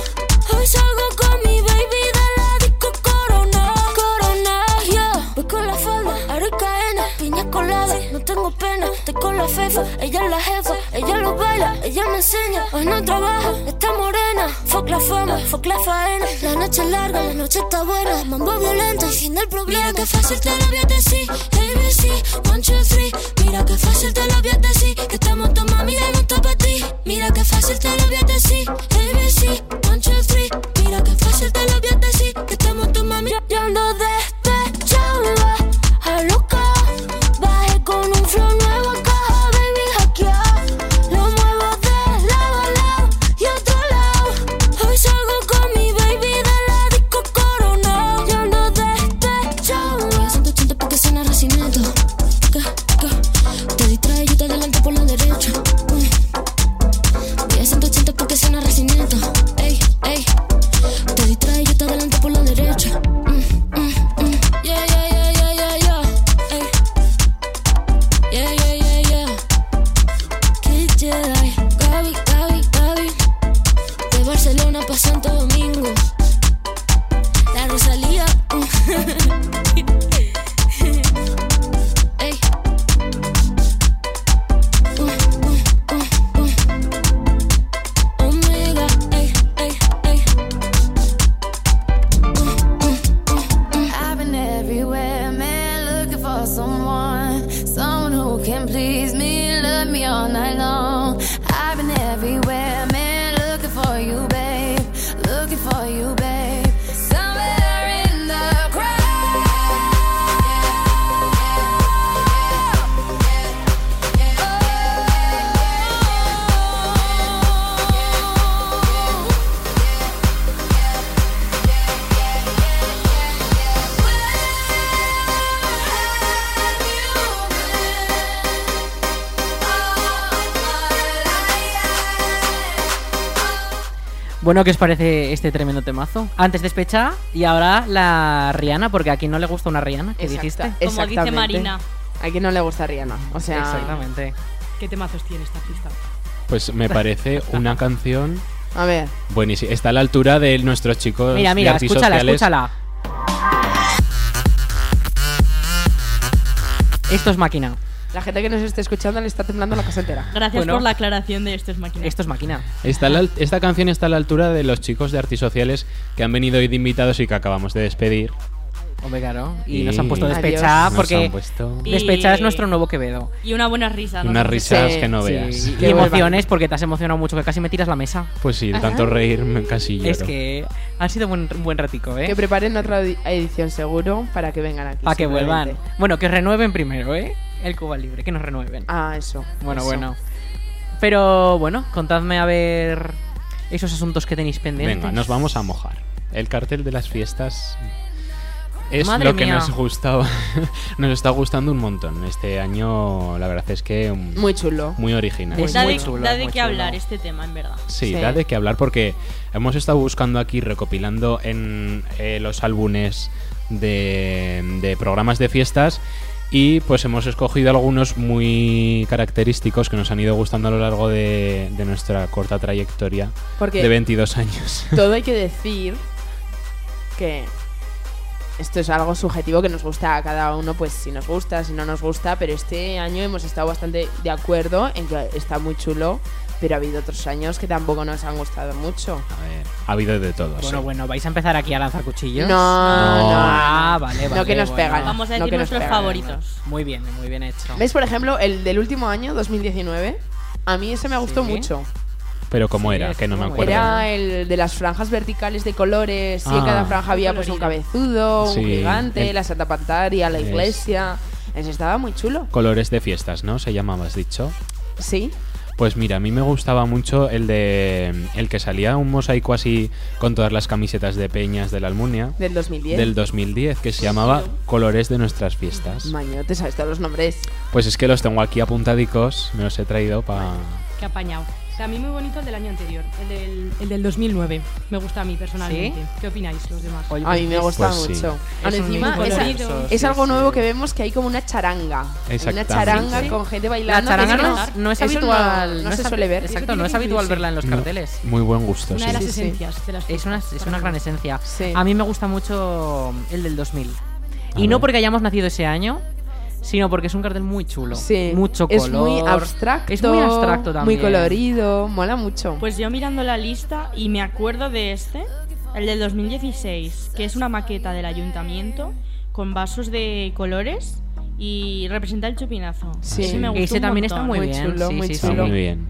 Hoy salgo con mi baby de la disco corona. Corona, yeah. Voy con la falda, ahora caena, piña colada. No tengo pena, estoy con la fefa. Ella es la jefa, ella lo baila, ella me enseña. Hoy no trabaja, está morena. Fuck la fama, fuck la faena. La noche es larga, la noche está buena. Mambo violento y fin del problema. Mira que fácil te lo voy a decir. ABC, one, two, three. Mira que fácil te lo voy a decir. Que estamos tu mami y no está para ti. Mira que fácil te lo voy a decir. ABC, one, two, three. Mira que fácil te lo voy a decir. Que estamos tu mami. Yo- Yo ando despechada, a loca. Bajé con un flow nuevo, caja, baby, Mm, Praise me, love me all night long. I've been everywhere, man, looking for you, babe. Looking for you, babe. Somewhere in the Bueno, ¿qué os parece este tremendo temazo? Antes despecha y ahora la Rihanna, porque a quien no le gusta una Rihanna, ¿qué Exacta- dijiste? exactamente. A quien no le gusta Rihanna. O sea, Exactamente. ¿Qué temazos tiene esta pista? Pues me parece una canción A ver. buenísima. Está a la altura de nuestros chicos. Mira, de mira, Artisociales. escúchala, escúchala. Esto es máquina. la gente que nos esté escuchando le está temblando la casa entera. Gracias por la aclaración de esto es máquina. Esto es máquina. Está a la al- esta canción está a la altura de los chicos de Artisociales que han venido hoy de invitados y que acabamos de despedir. Hombre, claro. Y, Y- nos han puesto Adiós. despecha Nos porque han puesto- despecha es Y- nuestro nuevo Quevedo. Y una buena risa. Y unas risas que no Sí, veas. y emociones porque te has emocionado mucho que casi me tiras la mesa. Pues sí, de tanto Ajá. reír me casi lloro. Es que ha sido buen, un buen ratico, ¿eh? Que preparen otra edi- edición seguro para que vengan aquí. Para que simplemente. vuelvan. Bueno, que renueven primero, ¿eh? El Cuba Libre, que nos renueven. Ah, eso. Bueno, eso. bueno. Pero bueno, contadme a ver esos asuntos que tenéis pendientes. Venga, nos vamos a mojar. El cartel de las fiestas es Madre lo que mía. nos gustaba. nos está gustando un montón. Este año, la verdad es que. mm, Muy chulo. Muy original. da de, da de qué hablar este tema, en verdad. Sí, da de qué hablar porque hemos estado buscando aquí, recopilando en eh, los álbumes de, de programas de fiestas y pues hemos escogido algunos muy característicos que nos han ido gustando a lo largo de, de nuestra corta trayectoria Porque- de 22 años. Todo hay que decir que esto es algo subjetivo que nos gusta a cada uno, pues si nos gusta, si no nos gusta, pero este año hemos estado bastante de acuerdo en que está muy chulo, pero ha habido otros años que tampoco nos han gustado mucho. ha habido de todo. Bueno, sí. bueno, ¿vais a empezar aquí a lanzar cuchillos? No, No. no. Ah, vale, No, vale. que nos bueno. pegan, Vamos a no decir que nos nuestros pegan. favoritos. Muy bien, muy bien hecho. ¿Ves, por ejemplo, el del último año, 2019? A mí ese me gustó Sí. mucho. Pero ¿cómo era? Que no me acuerdo. Era el de las franjas verticales de colores y en Ah. cada franja había pues un cabezudo, un Sí, gigante, el- la Santa Pantaria, la Es. iglesia. Ese estaba muy chulo. Colores de fiestas, ¿no? Se llamaba, has dicho. Sí. Pues mira, a mí me gustaba mucho el de el que salía un mosaico así con todas las camisetas de peñas de la Almunia Del 2010. del 2010 que se llamaba Colores de nuestras fiestas. Maño, te sabes todos los nombres. Pues es que los tengo aquí apuntadicos, me los he traído para Qué apañado. También muy bonito el del año anterior, el del, el del 2009. Me gusta a mí personalmente. ¿Sí? ¿Qué opináis los demás? a mí me gusta Pues sí. mucho. Es Ahora un encima muy es, a- colorido. es algo nuevo que vemos que hay como una charanga. Hay Una Exactamente. charanga Sí, sí. con gente bailando. La charanga que no, eso no es eso habitual. No, no se es hab- suele ver. Exacto, no es habitual verla en los No, carteles. muy buen gusto, Una de sí. las Sí, sí. esencias de las Es una, es una gran esencia. Sí. A mí me gusta mucho el del 2000. A Y ver. no porque hayamos nacido ese año, sino porque es un cartel muy chulo. Sí. Mucho Es color. muy abstracto. Es muy abstracto también. Muy colorido. Mola mucho. Pues yo mirando la lista y me acuerdo de este, el del 2016, que es una maqueta del ayuntamiento con vasos de colores y representa el chupinazo. Ese, me gustó Ese un también montón. está muy, bien. sí, sí, Está sí. muy bien.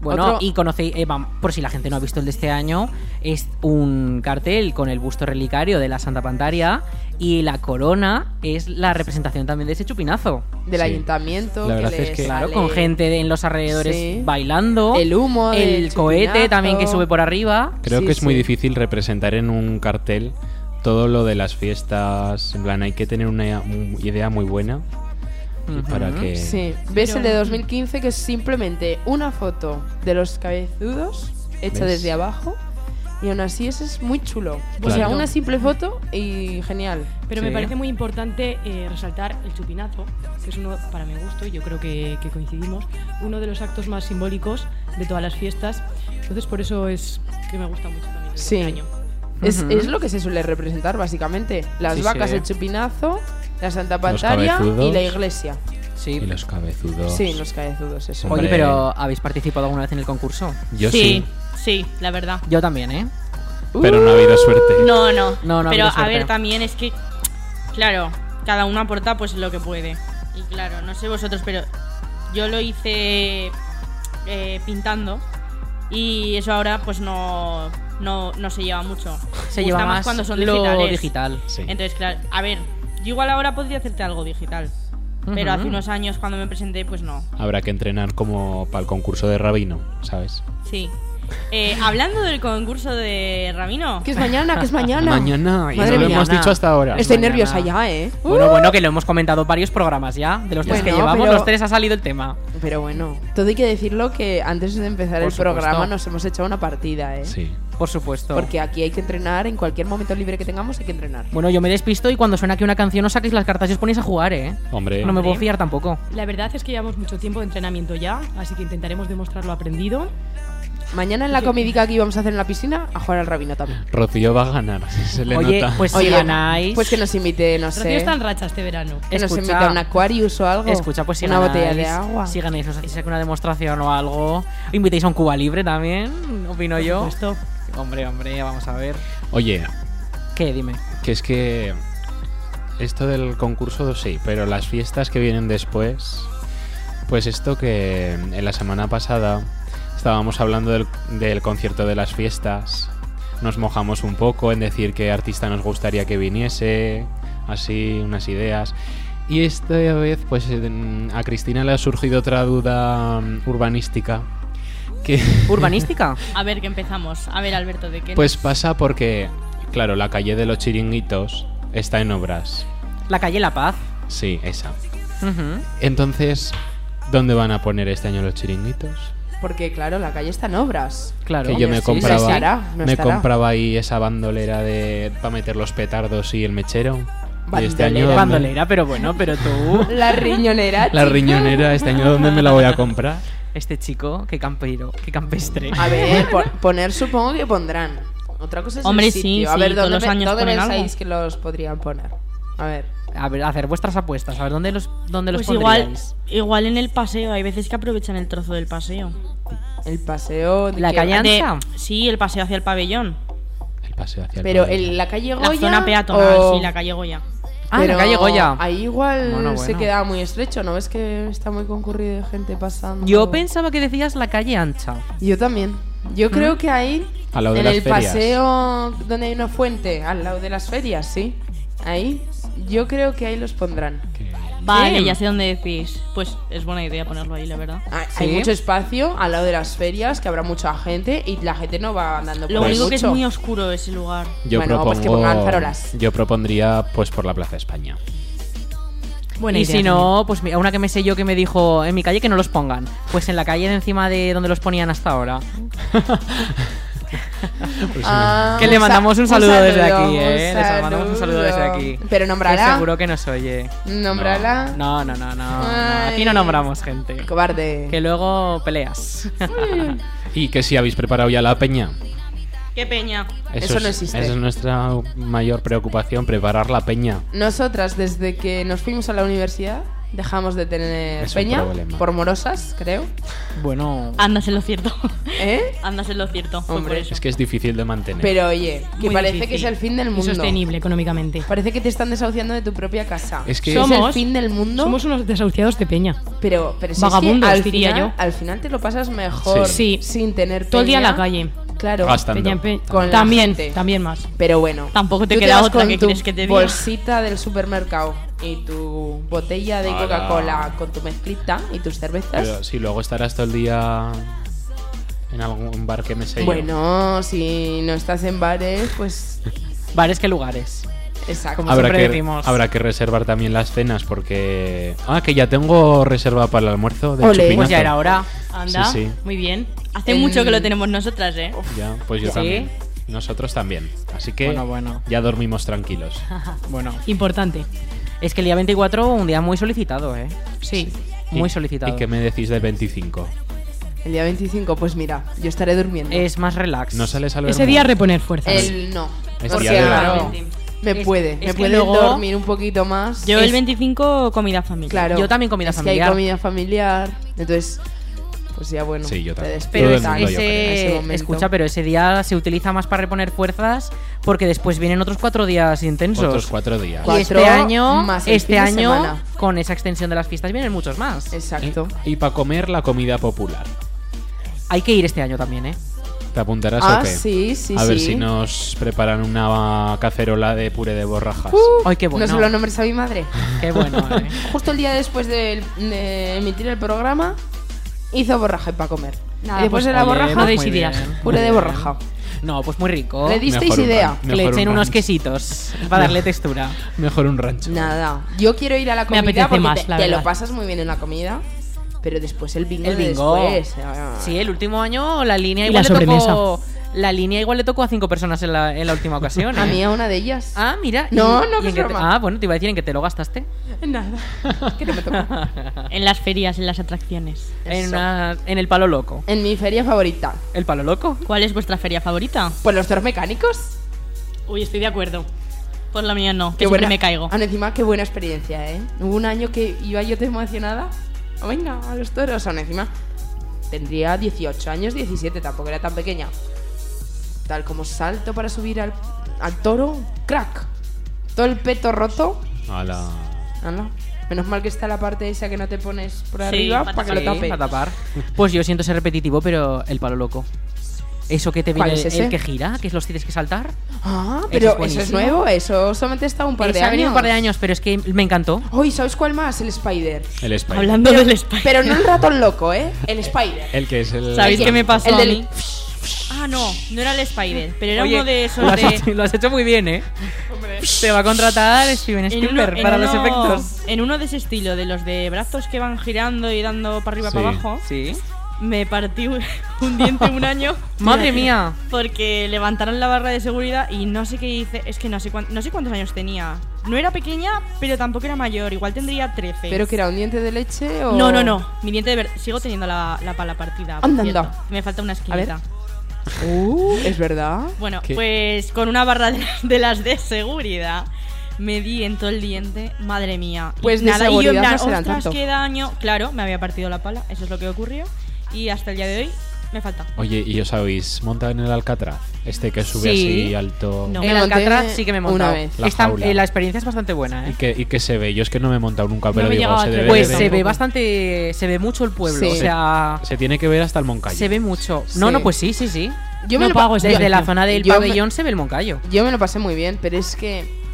Bueno, Otro- y conocéis, eh, vam- por si la gente no ha visto el de este año, es un cartel con el busto relicario de la Santa Pantaria y la corona es la representación también de ese chupinazo. Del ayuntamiento. La verdad que es les que- Claro, sale- con gente de- en los alrededores Sí. bailando. El humo del El cohete chupinazo. también que sube por arriba. Creo que es muy difícil representar en un cartel todo lo de las fiestas, en plan hay que tener una idea- una idea muy buena y para Ujú. que Sí. ¿Ves Pero- el de 2015 que es simplemente una foto de los cabezudos hecha ¿Ves? desde abajo? Y aún así ese es muy chulo. O sea, Claro. una simple foto y genial. Pero Sí. me parece muy importante eh, resaltar el chupinazo, que es uno, para mi gusto, y yo creo que, que coincidimos, uno de los actos más simbólicos de todas las fiestas. Entonces, por eso es que me gusta mucho también. el Sí. de año. Es, Ujú. es lo que se suele representar básicamente. Las Sí, vacas, sí. el chupinazo, la Santa Pantaria y cabezudos. la iglesia. Sí. y los cabezudos. Sí, los cabezudos, eso. Oye, Hombre. pero ¿habéis participado alguna vez en el concurso? Yo Sí, sí, la verdad. Yo también, ¿eh? Pero no ha habido suerte. No, no. No, no Pero ha habido a suerte. ver, también es que, claro, cada uno aporta pues lo que puede. Y claro, no sé vosotros, pero Yo lo hice eh, pintando y eso ahora pues no, no, no se lleva mucho. Gusta Se lleva más más cuando son lo digitales. digital, sí. Entonces, claro, a ver, yo igual ahora podría hacerte algo digital. Pero Ujú. hace unos años cuando me presenté, pues no. Habrá que entrenar como para el concurso de Rabino, ¿sabes? Sí. Eh, hablando del concurso de Ramino. Que es mañana, que es mañana. Mañana, y Madre no lo mía, hemos Ana. dicho hasta ahora. Estoy nerviosa ya, ¿eh? Bueno, bueno, que lo hemos comentado varios programas ya. De los tres que Bueno, llevamos, pero- los tres ha salido el tema. Pero bueno, todo hay que decirlo que antes de empezar Por el programa supuesto. nos hemos echado una partida, ¿eh? Sí. Por supuesto. Porque aquí hay que entrenar, en cualquier momento libre que tengamos hay que entrenar. Bueno, yo me despisto y cuando suena aquí una canción os saquéis las cartas y os ponéis a jugar, ¿eh? Hombre. No me puedo Hombre. fiar tampoco. La verdad es que llevamos mucho tiempo de entrenamiento ya, así que intentaremos demostrar lo aprendido. Mañana en la comidica que íbamos a hacer en la piscina, a jugar al rabino también. Rocío va a ganar, se le Oye, nota. pues si ganáis... Pues que nos invite, no Rocío sé. está en racha este verano. Que nos invite a un Aquarius o algo. Escucha, pues si Una ganáis, botella de agua. Si ganáis, os hacéis alguna demostración o algo. Invitéis a un Cuba Libre también, opino yo. Hombre, hombre, vamos a ver. Oye, ¿Qué? Dime. que es que esto del concurso sí, pero las fiestas que vienen después, pues esto que en la semana pasada estábamos hablando del, del concierto de las fiestas, nos mojamos un poco en decir qué artista nos gustaría que viniese, así unas ideas. Y esta vez, pues en- a Cristina le ha surgido otra duda mm, urbanística. Que ¿Urbanística? A ver, que empezamos. A ver, Alberto, ¿de qué? Pues pasa porque, claro, la calle de los chiringuitos está en obras. La calle La Paz. Sí, esa. Ujú. Entonces, ¿dónde van a poner este año los chiringuitos? Porque claro, la calle está en obras. Claro. que yo me Sí, compraba, no estará, no me estará. compraba ahí esa bandolera de para meter los petardos y el mechero. Y este año Bandolera, ¿dónde- bandolera, pero bueno, pero tú... La riñonera. la chico. riñonera este año dónde me la voy a comprar? Este chico, qué campero, qué campestre. A ver, po- poner supongo que pondrán. Otra cosa es Hombre, el sí, sitio. A sí, ver, ¿dónde, todos los pe- años dónde ponen pensáis algo? que los podrían poner? A ver. A ver, hacer vuestras apuestas, a ver dónde los, dónde los Pues igual, pondríais? igual en el paseo. Hay veces que aprovechan el trozo del paseo. El paseo ¿La qué? calle De- Ansa? Sí, el paseo hacia el pabellón. El paseo hacia el Pero pabellón. en la calle La Goya. zona peatonal, o- sí, la calle Goya. Ah, la Pero calle Goya. Ahí igual Bueno, se bueno. queda muy estrecho, ¿no ves que está muy concurrido de gente pasando? Yo pensaba que decías la calle ancha. Yo también. Yo Mm. creo que ahí, Al lado de en las el ferias. paseo donde hay una fuente, al lado de las ferias, sí. Ahí, yo creo que ahí los pondrán. Vale, Sí. ya sé dónde decís. Pues es buena idea ponerlo ahí, la verdad. Ah, Hay mucho espacio al lado de las ferias, que habrá mucha gente y la gente no va andando Lo por ahí único que es mucho. muy oscuro ese lugar. yo bueno, propongo pues que pongan farolas. yo propondría pues por la Plaza España. y si no, pues mira, una que me sé yo que me dijo en mi calle que no los pongan. Pues en la calle de encima de donde los ponían hasta ahora. Pues Ah, que le un sa- mandamos un un saludo, desde saludo, aquí, un ¿eh? Les mandamos un saludo desde saludo. aquí. Pero Que nómbrala. seguro que nos oye. Nómbrala. No, no, no, no. no. Aquí Ay. no nombramos gente. Cobarde. Que luego peleas. Y que si habéis preparado ya la peña. ¡Qué peña! es- Esa es nuestra mayor preocupación, preparar la peña. Nosotras, desde que nos fuimos a la universidad, dejamos de tener Es un peña problema. por morosas, creo. Bueno. Ah, Andas en lo cierto. ¿Eh? Andas en lo cierto. fue por eso. Es que es difícil de mantener. Pero oye, que Muy parece difícil. que es el fin del Y mundo. sostenible económicamente. Parece que te están desahuciando de tu propia casa. Es que- el Somos- fin del mundo. Somos unos desahuciados de peña. Pero, pero si es que Vagabundos, al diría final, yo. Al final te lo pasas mejor Sí. sin tener Todo el día en peña. la calle. Claro. Gastando. Peña en pe- Con la También, gente. también más. Pero bueno. Tampoco te Tú queda vas otra con que tu quieres que te diga. bolsita del supermercado y tu botella de Ala. Coca-Cola con tu mezclita y tus cervezas. Pero si luego estarás todo el día en algún bar que me sé yo. Bueno, si no estás en bares, pues Bares que lugares. Exacto. Como habrá siempre que, decimos. habrá que reservar también las cenas porque... Ah, que ya tengo reserva para el almuerzo de Ole. chupinazo. Pues ya era hora. Anda, Sí, sí. muy bien. Hace El- mucho que lo tenemos nosotras, ¿eh? Ya, pues yo ¿Sí? también. Nosotros también. Así que Bueno, bueno. ya dormimos tranquilos. Bueno. Importante. Es que el día 24 un día muy solicitado, ¿eh? Sí. Muy ¿Y- solicitado. ¿Y qué me decís del 25? el día 25, pues mira, yo estaré durmiendo. Es más relax. ¿No sales al Ese día reponer fuerzas. El no. Es porque día de claro, dormir. me Es- puede, es me que puede luego- dormir un poquito más. Yo Es- el 25 comida familiar. Claro. Yo también comida es que hay familiar. comida familiar. Entonces, pues ya bueno. Sí, yo te también. despegas Todo Pero el ese- mundo, yo creo. ese- Ese momento. escucha, pero ese día se utiliza más para reponer fuerzas porque después vienen otros cuatro días intensos. Otros cuatro días. Y este Cuatro año, más el este fin de año semana. con esa extensión de las fiestas vienen muchos más. Eh, Exacto. Y para comer la comida popular. Hay que ir este año también, ¿eh? ¿Te apuntarás Ah, o qué? sí, sí, A ver sí. si nos preparan una cacerola de puré de borrajas. Uh, Ay, qué No se lo nombres a mi madre. Qué bueno, ¿eh? Justo el día después de, de emitir el programa, hizo borraja para comer. Nada, y pues, después de la oye, borraja, pues muy bien, muy puré de bien. borraja. No, pues muy rico. Le disteis Mejor un idea. ranch, Que le mejor echen un unos ranch. quesitos para darle textura. Mejor un rancho. Nada. Yo quiero ir a la Me comida apetece porque más, te, la te lo verdad. pasas muy bien en la comida, pero después el bingo El de bingo. después. Ah. Sí, el último año la línea Y igual la le tocó. La línea igual le tocó a cinco personas en la, en la última ocasión. A ¿eh? mí a una de ellas. Ah, mira. No, y- no, y que en es qué te- broma. Ah, bueno, te iba a decir en que te lo gastaste. Nada. En las ferias, en las atracciones. En, una- en el palo loco. En mi feria favorita. ¿El palo loco? ¿Cuál es vuestra feria favorita? Pues los toros mecánicos. Uy, estoy de acuerdo. Pues la mía no, que Qué siempre buena- me caigo. Ah, no, encima, qué buena experiencia, ¿eh? Hubo un año que iba yo tan emocionada. Ah, Venga, a los toros. Aún encima, tendría 18 años, 17, tampoco era tan pequeña. Tal como salto para subir al, al toro, crack. Todo el peto roto. Ala. Ala. Menos mal que está la parte esa que no te pones por Sí, arriba para para, que lo Sí, tape. para tapar. Pues yo siento ser repetitivo, pero el palo loco. Eso que te ¿Cuál viene es el- ese? el que gira, que los tienes que saltar. Ah, Eso pero es eso es, buenísimo. nuevo, eso solamente está un par de Ese ha venido años. un par de años, pero es que me encantó. Uy, ¿sabes cuál más? El Spider. El Spider. Pero- Pero no el ratón loco, ¿eh? El Spider. El que es el. ¿Sabéis qué me pasó El a del- mí? Ah, no, no era el Spider, pero era Oye, uno de esos lo has, de... hecho, lo has hecho muy bien, ¿eh? Te va a contratar En Steven uno- Spielberg en para los uno- efectos. En uno de ese estilo, de los de brazos que van girando y dando para arriba Sí, para abajo. Sí. Me partí un- un diente un año. Madre mía. Porque levantaron la barra de seguridad y no sé qué hice. Es que no sé, cuán- no sé cuántos años tenía. No era pequeña, pero tampoco era mayor. Igual tendría 13. ¿Pero que era un diente de leche o...? No, no, no. Mi diente de verdad. Sigo teniendo la, la pala partida. por Anda, cierto. anda. Me falta una esquinita. Uh, es verdad. Bueno, ¿Qué? pues con una barra de, de las de seguridad me di en todo el diente, madre mía. Y Pues de nada, y yo en seguridad plan, no serán "Ostras, tanto". qué daño. Claro, me había partido la pala, eso es lo que ocurrió. Y hasta el día de hoy me falta. Oye, ¿y os habéis montado en el Alcatraz? Este que sube Sí. así alto. En Me monté Alcatraz sí que me he una montado. vez. La Está- jaula. eh, la experiencia es bastante buena, ¿Y ¿eh? que, y que se ve, yo es que no me he montado nunca, pero me he digo, llegado se a debe Pues de se ver. ve bastante. Se ve mucho el pueblo. Sí. O sea. Se tiene que ver hasta el Moncayo. Se ve mucho. No, Sí. no, pues sí, sí, sí. Yo me No lo pa- pago yo- Desde la yo- zona del yo me- pabellón se ve el Moncayo. Yo me lo pasé muy bien, pero es que...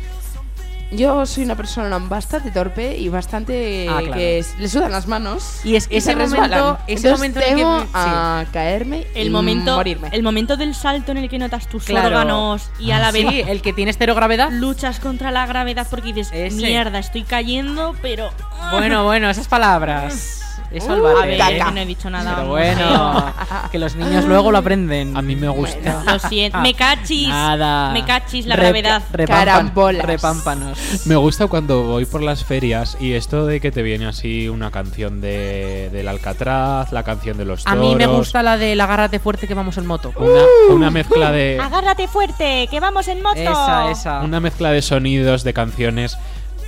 Yo soy una persona bastante torpe y bastante Ah, claro. que s- le sudan las manos. Y es- que ese se resbalan. momento- ese Entonces momento en el que- temo sí. a caerme y El momento, morirme. el momento del salto en el que notas tus Claro. órganos y a la vez Sí, el que tiene cero gravedad. luchas contra la gravedad porque dices, Ese. mierda, estoy cayendo, pero... ah, Bueno, bueno, esas palabras. Eso Uh, al bate, a ver, ¿eh? que no he dicho nada, Pero vamos. bueno, que los niños luego lo aprenden. A mí me gusta. Lo siento. Me cachis. Ah, Nada. Me cachis la Rep- gravedad. repampan- Repámpanos. Me gusta cuando voy por las ferias y esto de que te viene así una canción de, del Alcatraz, la canción de los A toros. mí me Uh, gusta la del agárrate fuerte que vamos en moto. Una, una mezcla de. Agárrate fuerte, que vamos en moto. Esa, esa. Una mezcla de sonidos, de canciones.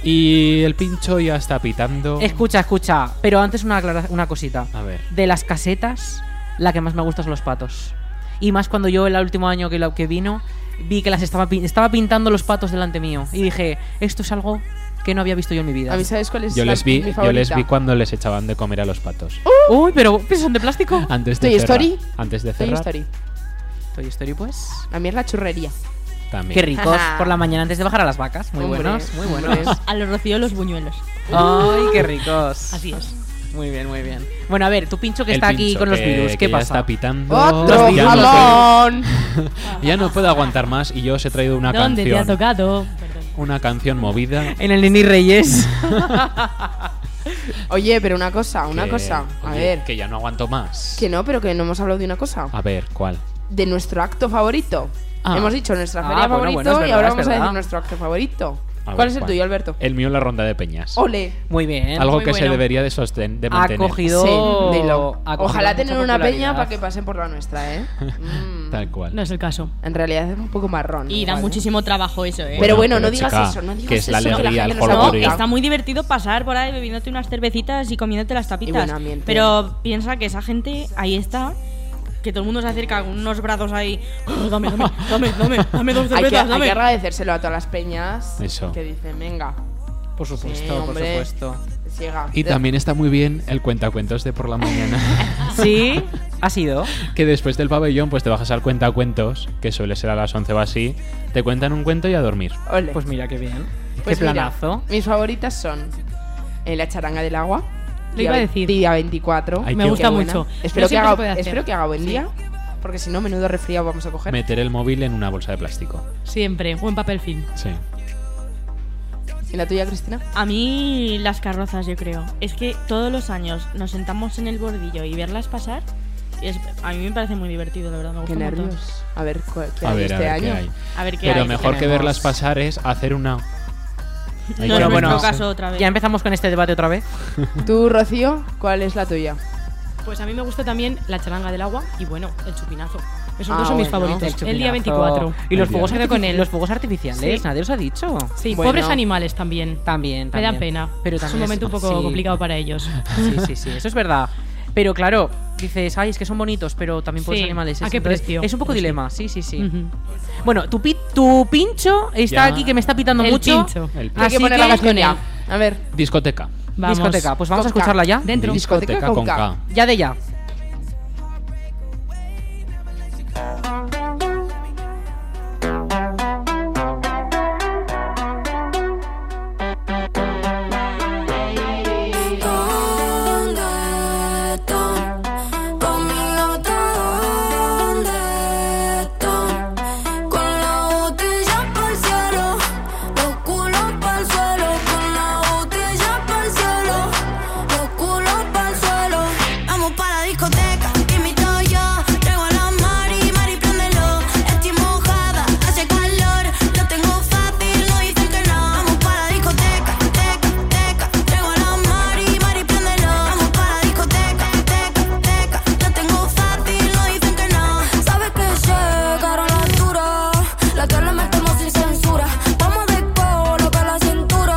Y el pincho ya está pitando. Escucha, escucha. Pero antes una, aclara- una cosita. A ver. De las casetas, la que más me gusta son los patos. Y más cuando yo el último año que, lo- que vino, vi que las estaba, pin- estaba pintando los patos delante mío. Y dije, esto es algo que no había visto yo en mi vida. A mí, ¿sabes cuál es Yo la- les, vi, mi yo les favorita? Oh, vi cuando les echaban de comer a los patos. Uy, pero ¿qué son de plástico. Antes de Toy cerrar- Story. Antes de Toy cerrar. Story. Toy Story, pues. A mí es la churrería. También. Qué ricos. Por la mañana antes de bajar a las vacas. Muy Hombre, buenos, muy hombre. buenos. A los rocío los buñuelos. Ay, qué ricos. Así es. Muy bien, muy bien. Bueno, a ver, tu pincho que El está aquí pincho con los que- virus, que ¿qué ya pasa? está pitando. Otro Ya no puedo- jalón. ya no puedo aguantar más y yo os he traído una ¿Dónde te ha canción. tocado? Una canción movida. En el Nini Reyes. Oye, pero una cosa, una que- cosa. A oye, ver. Que Ah, ya no aguanto más. Que no, pero que no hemos hablado de una cosa. A ver, ¿cuál? De nuestro acto favorito. Ah. Hemos dicho nuestra Ah, feria bueno, favorito bueno, es y ahora verdad, es vamos a verdad. decir nuestro acto favorito. A ver, ¿Cuál es el tuyo, Alberto? El mío, la ronda de peñas. Ole. Muy bien. Algo Muy que se bueno. debería de, sosten- de Ha mantener. cogido- Sí, dilo. ha cogido Ojalá mucha tener una peña popularidad. para que pasen por la nuestra, ¿eh? Tal cual. No es el caso. En realidad es un poco marrón. Y da igual, ¿eh? muchísimo trabajo eso, ¿eh? Pero bueno, Bueno, no pero, digas chica, eso, no digas que es la eso, que la alegría, gente el nos No, jolgorio. está muy divertido pasar por ahí bebiéndote unas cervecitas y comiéndote las Y tapitas. buen ambiente. pero piensa que esa gente ahí está, que todo el mundo se acerca con unos brazos ahí. "Oh, dame, dame, dame, dame, dame dos Hay que, cervezas, hay que dame. agradecérselo a todas las peñas Eso. que dicen, venga. Por supuesto, Sí, por hombre, supuesto. Siga. Y también está muy bien el cuentacuentos de por la mañana. Sí, ha sido. Que después del pabellón, pues te bajas al cuentacuentos, que suele ser a las 11 o así, te cuentan un cuento y a dormir. Ole. Pues mira qué bien. Pues qué mira, planazo. mis favoritas son eh, La charanga del agua. Lo día iba a ve- decir. Día 24. Ay, Me qué gusta buena. mucho. Espero, No que siempre se haga, puede hacer. espero que haga buen Sí. día, porque si no, menudo resfriado vamos a coger. Meter el móvil en una bolsa de plástico. Siempre, buen papel film. Sí. ¿Y la tuya, Cristina? A mí las carrozas, yo creo. Es que todos los años nos sentamos en el bordillo y verlas pasar, es- a mí me parece muy divertido, la verdad. Me gusta Qué un montón. nervios. A ver, cu- ¿qué A hay ver, este a ver qué año? hay. A ver qué Pero hay. mejor que Tenemos- verlas pasar es hacer una. Hay No, que no, bueno, verlas. caso otra vez. Ya empezamos con este debate otra vez. ¿Tú, Rocío, cuál es la tuya? Pues a mí me gusta también la charanga del agua y bueno, el chupinazo. Esos Ah, dos son mis bueno. favoritos. El El, día chupinazo. 24. Y los El fuegos, día arti- 24. con él. los fuegos artificiales, Sí. nadie os ha dicho. Sí, Bueno. pobres animales también. También, Me dan también. pena. Pero es también un momento un poco sí. complicado para ellos. Sí, sí, sí, eso es verdad. Pero claro, dices, ay, es que son bonitos, pero también pobres Sí, animales. ¿a es- qué entonces, precio? Es un poco Pero sí. dilema, sí, sí, sí. Ujú. Bueno, tu, pi- tu pincho está Ya. aquí que me está pitando El mucho. pincho. El Así Hay que poner la canción ya. A ver, Discoteca. Vamos. discoteca, pues vamos a Con K. escucharla ya. Dentro. Discoteca, Discoteca con con K. K. Ya de ya. ¿Dónde están? Conmigo te dónde están? Con la botella pa'l cielo, los culos pa'l suelo. Con la botella pa'l cielo, los culos pa'l suelo. Vamos para la discoteca, que invito yo. Traigo a la Mari, Mari, préndelo. Estoy mojada, hace calor. Lo tengo fácil, no dicen que no. Vamos para la discoteca, teca, teca. Traigo a la Mari, Mari, préndelo. Vamos para la discoteca, teca, teca. Lo tengo fácil, no dicen que no. Sabes que llegaron las altura, la que le metemos sin censura. Vamos de colo para la cintura,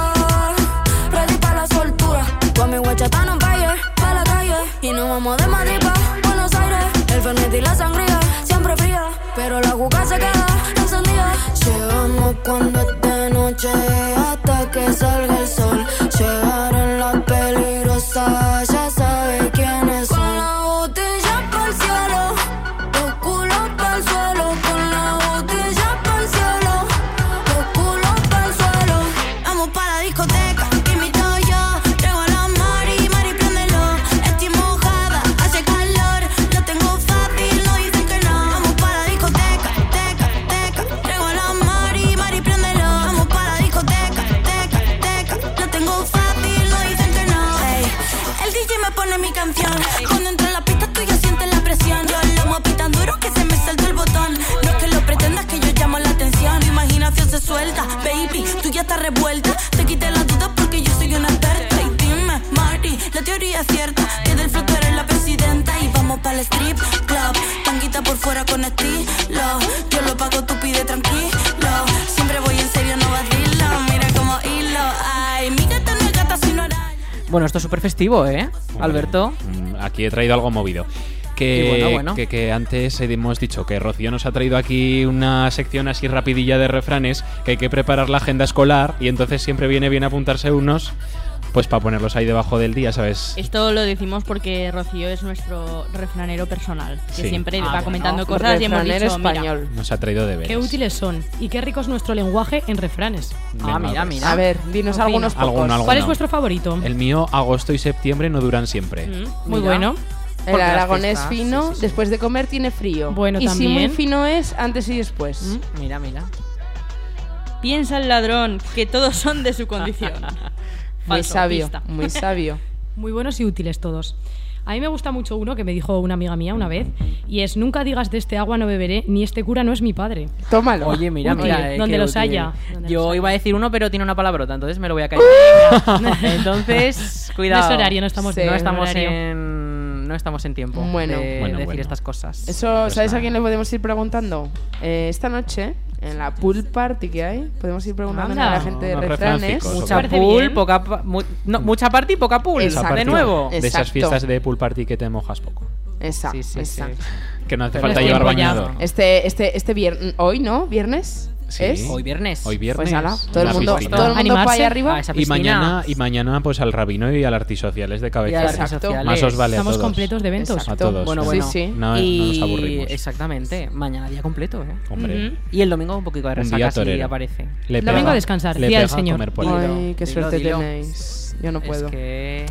ready para la soltura. Con mi guachatano en calle, pa' la calle. Y nos vamos de Madrid pa' Buenos Aires. El fernet y la sangría, siempre fría. Pero la juca se queda encendida. Llegamos cuando es de noche hasta que salga el sol. Llegaron las peligrosas, ya sabes quiénes son. Con la botella pa'l cielo, los culos pa'l suelo. Con la botella pa'l cielo, los culos pa'l suelo. Vamos para la discoteca, que invito yo. Traigo a la Mari, Mari, préndelo. Estoy mojada, hace calor. Lo tengo fácil, no dicen que no. Vamos para la discoteca, teca, teca. Traigo a la Mari, Mari, préndelo. Vamos para la discoteca, teca, teca. Lo tengo fácil, no dicen que no. Ey, el DJ me pone mi canción. Cuando entro en la pista, tú ya sientes la presión. Yo lo moví tan duro que se me saltó el botón. No es que lo pretendas que yo llamo la atención. Tu imaginación se suelta, baby. Tú ya estás revuelta. Te quité las dudas porque yo soy una experta. Y dime, Marty, la teoría es cierta. Que del flow tú eres la presidenta. Y vamos para el strip club. Tanguita por fuera con estilo. Yo lo pago, tú pide tranquilo. Siempre voy en serio, no vacilo. Mira como hilo. Ay, mi gata no es gata, sino araña. Bueno, esto es súper festivo, ¿eh? Hombre, Alberto. mm, Aquí he traído algo movido. Que, Y bueno, bueno. Que, que antes hemos dicho que Rocío nos ha traído aquí una sección así rapidilla de refranes que hay que preparar la agenda escolar y entonces siempre viene bien apuntarse unos pues para ponerlos ahí debajo del día, ¿sabes? Esto lo decimos porque Rocío es nuestro refranero personal, que Sí. siempre Ah, va bueno, comentando cosas y hemos dicho, refranero mira, español. Nos ha traído deberes. Qué útiles son y qué rico es nuestro lenguaje en refranes. Venga, Ah, mira, pues. mira. A ver, dinos Opina. algunos pocos. Alguno, alguno. ¿Cuál es vuestro Eh, favorito? El mío, agosto y septiembre no duran siempre. Mm, muy Mira. bueno. El Porque las aragonés fiestas, fino, sí, sí, sí. después de comer tiene frío. Bueno, y si muy también. fino es, antes y después. Mm, Mira, mira. piensa el ladrón que todos son de su condición. Muy Falso, sabio, pista. muy sabio. Muy buenos y útiles todos. A mí me gusta mucho uno que me dijo una amiga mía una vez, y es, nunca digas de este agua no beberé, ni este cura no es mi padre. Tómalo. Oye, mira, Útil, mira. eh, donde qué los útil. haya, Yo iba a decir uno, pero tiene una palabrota, entonces me lo voy a caer. entonces, cuidado. No es horario, no estamos no en estamos horario. en no estamos en tiempo Bueno. de Bueno, decir bueno. estas cosas. Eso, ¿sabes a quién le podemos ir preguntando? Eh, esta noche, en la pool party que hay, podemos ir preguntando a la gente de refranes. Mucha pool, poca pa- mu- no, mucha party, poca pool. Esa De parte nuevo. De esas fiestas de pool party que te mojas poco. Exacto, exacto. Que no hace Pero falta es llevar tiempo ya. bañador. Este, este, este viernes, hoy, ¿no? ¿Viernes? Sí. ¿Es? Hoy viernes. Hoy Pues viernes. ala, todo el La mundo, piscina. todo el mundo para Animarse allá arriba. a Ah, esa Y piscina. mañana, y mañana pues al rabino y al artisociales de cabeza. Y al Artisociales. Más os vale Estamos a todos. completos de eventos. A Exacto. todos. Bueno, ¿no? bueno. Sí, sí. No, no nos Y- aburrimos. Exactamente. Mañana día completo, ¿eh? Hombre. Ujú. Y el domingo un poquito de Un día resaca si torero. aparece. Le Domingo pega- descansar, le día del pega Señor. comer por ahí. Ay, qué suerte tenéis. Yo no Es puedo. que-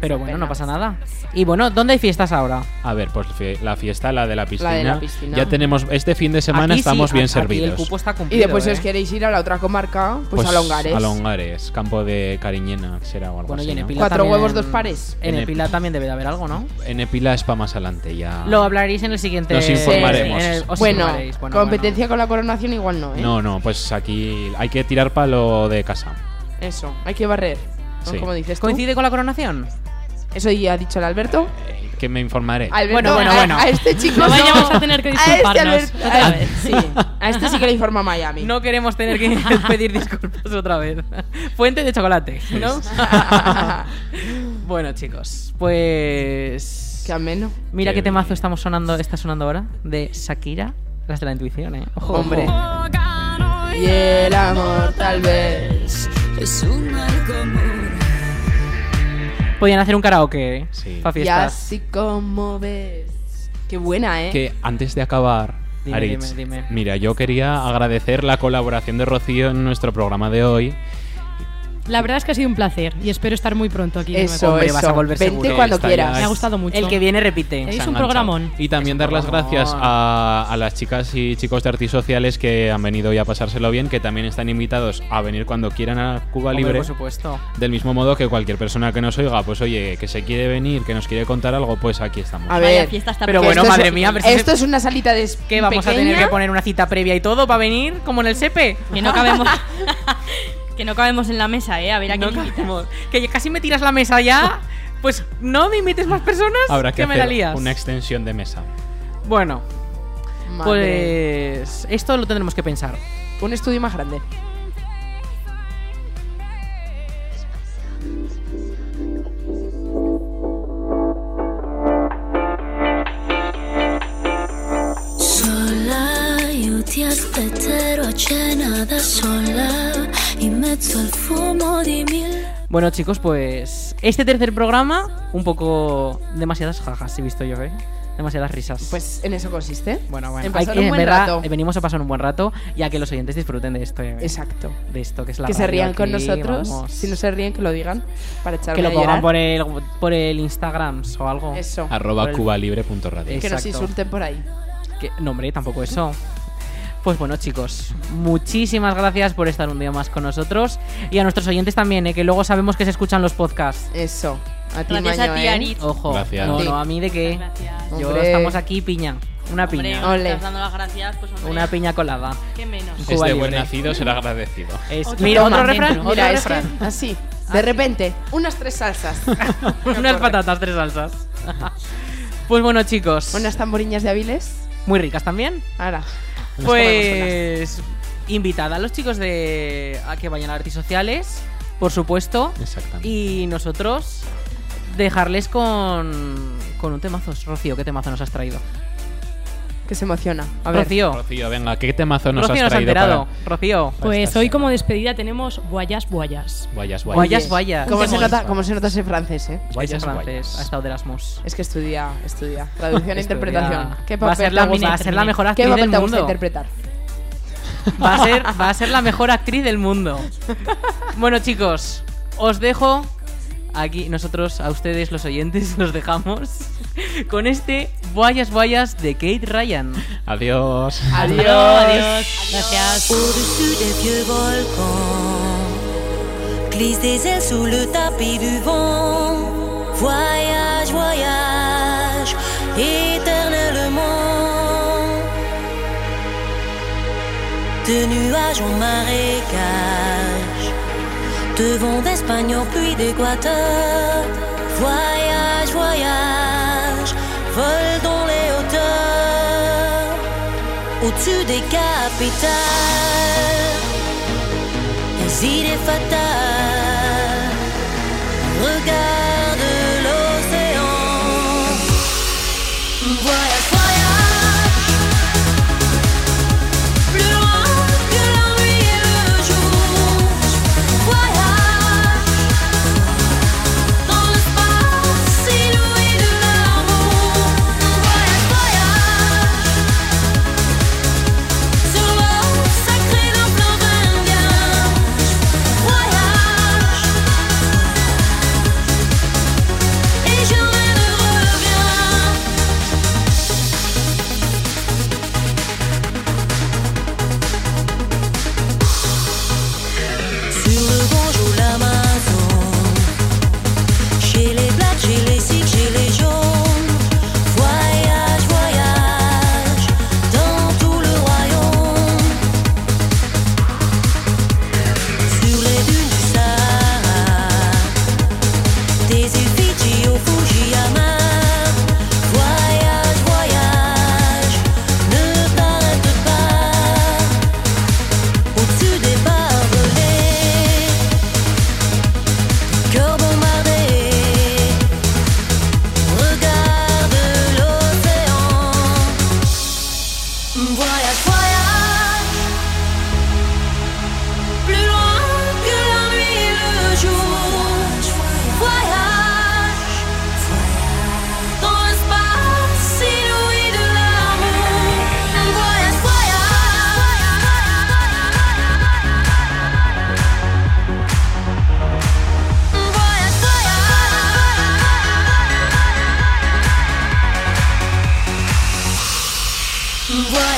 Pero bueno, no pasa nada. Y bueno, ¿dónde hay fiestas ahora? A ver, pues fie- la fiesta, la de la piscina. piscina. Ya tenemos, este fin de semana Aquí sí, estamos bien a- aquí servidos. el cupo está Y cumplido, después, si ¿eh? os queréis ir a la otra comarca, pues, a Longares. A Longares, campo de Cariñena, será o algo Bueno, así. y en ¿no? Epila Cuatro también- huevos, dos pares. En En Epila también debe de haber algo, ¿no? En Epila es para más adelante, ya. Lo hablaréis en el siguiente... Eh, Nos informaremos. en el- os Bueno, informaréis, bueno, competencia con la coronación igual no, ¿eh? No, no, pues aquí hay que tirar para lo de casa. Eso, hay que barrer. ¿no? Sí. Como dices tú. ¿Coincide con la coronación? Eso ya ha dicho el Alberto. Que me informaré. Alberto, Bueno, bueno, a- bueno. A, este chico No vayamos no. a tener que A disculparnos este, Alberto- otra a- vez. sí, a este sí que le informa Miami. No queremos tener que pedir disculpas otra vez. Fuente de chocolate, ¿no? bueno, chicos, pues. Qué ameno. Mira Qué qué, temazo estamos sonando, está sonando ahora de Shakira, las de la intuición, ¿eh? Ojo, Hombre. ojo. Y el amor, tal vez. Es un mal común. Podían hacer un karaoke, ¿eh? Sí. Pa' Y fiestas. así como ves. Qué buena, ¿eh? Que antes de acabar, Dime, Aritz, dime, dime. mira, yo quería agradecer la colaboración de Rocío en nuestro programa de hoy. La verdad es que ha sido un placer y espero estar muy pronto aquí. de Eso, nuevo. Hombre, vas a eso. volver Vente seguro. cuando Está quieras. ya- Me ha gustado mucho. El que viene repite. se Es un han enganchado. programón. Y también dar las gracias a, a las chicas y chicos de Artis Sociales que han venido hoy a pasárselo bien, que también están invitados a venir cuando quieran a Cuba Hombre, Libre. por supuesto. Del mismo modo que cualquier persona que nos oiga, pues oye, que se quiere venir, que nos quiere contar algo, pues aquí estamos. A ver. Pero que bueno, esto es- madre mía, pero si Esto se- es una salita de. ¿Qué vamos a tener pequeña? que poner una cita previa y todo para venir como en el SEPE? Que no cabemos. que no cabemos en la mesa, ¿eh? A ver a No quién invita. cabemos. Que casi me tiras la mesa ya. Pues no me invites más personas Habrá que, me la hacer lías. una extensión de mesa. Bueno, Madre. pues esto lo tendremos que pensar. Un estudio más grande. Sola, io ti aspetterò a cena da sola in mezzo al fumo di mille. Bueno, chicos, pues este tercer programa, un poco demasiadas jajas, he visto yo, ¿eh? Demasiadas risas. Pues en eso consiste. bueno, bueno, En pasar hay que- un buen en verdad, rato. eh, venimos a pasar un buen rato y a que los oyentes disfruten de esto, ¿eh? Exacto. de esto que es la Que se radio rían con aquí, nosotros. vamos. Si no se ríen, que lo digan. Para echarme que lo a pongan llorar. por el, por el Instagram o algo. Eso. Arroba Por el- cubalibre.radio. Que nos Exacto. insulten por ahí. Que- no, hombre, tampoco eso. Pues bueno, chicos, muchísimas gracias por estar un día más con nosotros y a nuestros oyentes también, ¿eh? que luego sabemos que se escuchan los podcasts. Eso. A ti, Gracias Maño, a ti, ¿eh? Aritz. Ojo, Gracias. no, Sí. no, a mí de qué. Yo Hombre. estamos aquí piña, una Hombre, piña, nos Ole. estás dando las gracias, pues hombre, una piña colada. qué menos. Es Cuba de Libre. Este buen nacido, será agradecido. Es- Otro mira, toma otro dentro. refrán, Mira, otro es que refrán. así. De repente, unas tres salsas. unas patatas, tres salsas. pues bueno, chicos, unas tamboriñas de Aviles. muy ricas también. Ahora. nos comemos Pues invitada a los chicos de a que vayan a artes sociales, por supuesto, Exactamente. y nosotros dejarles con con un temazo, Rocío, ¿qué temazo nos has traído? unas. Que se emociona. A ver. Rocío, Rocío, venga, ¿qué temazo nos Rocío has nos ha traído enterado. para- Rocío, Pues Esta hoy semana. como despedida tenemos Guayas Guayas. Guayas, guayas. guayas, guayas. ¿Cómo se, Hacemos- nota, ¿Cómo se nota ese francés, eh? Guayas, Es francés, ha guayas. estado de Erasmus. Es que estudia, estudia. Traducción Estudia. e interpretación. ¿Qué papel Va a ser te la, gusta? va a ser la mejor ¿Qué actriz papel del te gusta mundo. interpretar? Va a, ser, va a ser la mejor actriz del mundo. Bueno, chicos, os dejo aquí. Nosotros, a ustedes, los oyentes, los dejamos con este Guayas Guayas de Kate Ryan. Adiós. Adiós. Gracias. Au-dessus des vieux volcans, glisse des ailes sous le tapis du vent. Voyage, voyage. de nuages en marécage, de vent d'Espagne en pluie d'Équateur. Voyage, voyage, vol dans les hauteurs, au-dessus des capitales, les idées fatales. Regarde l'océan, voyage, voyage. Plus loin que la nuit et le jour, voyage dans l'espace inouï de l'amour. Voyage, voyage sur l'eau sacrée d'un plan indien. Voyage et jamais ne reviens. Sur le bonjour l'Amazon Chez les blacks, chez les sikhs, chez les jaunes Voyage, voyage Dans tout le royaume Sur les dunes du Sahara Des îles Fidji au Fujiyama Voyage, voyage Ne t'arrête pas au-dessus des barbelés, des cœurs bombardés, regarde l'océan. Voyage, voyage, plus loin que la nuit et le jour. Voyage, dans l'espace inouï de l'amour. Voyage, voyage. Voyage,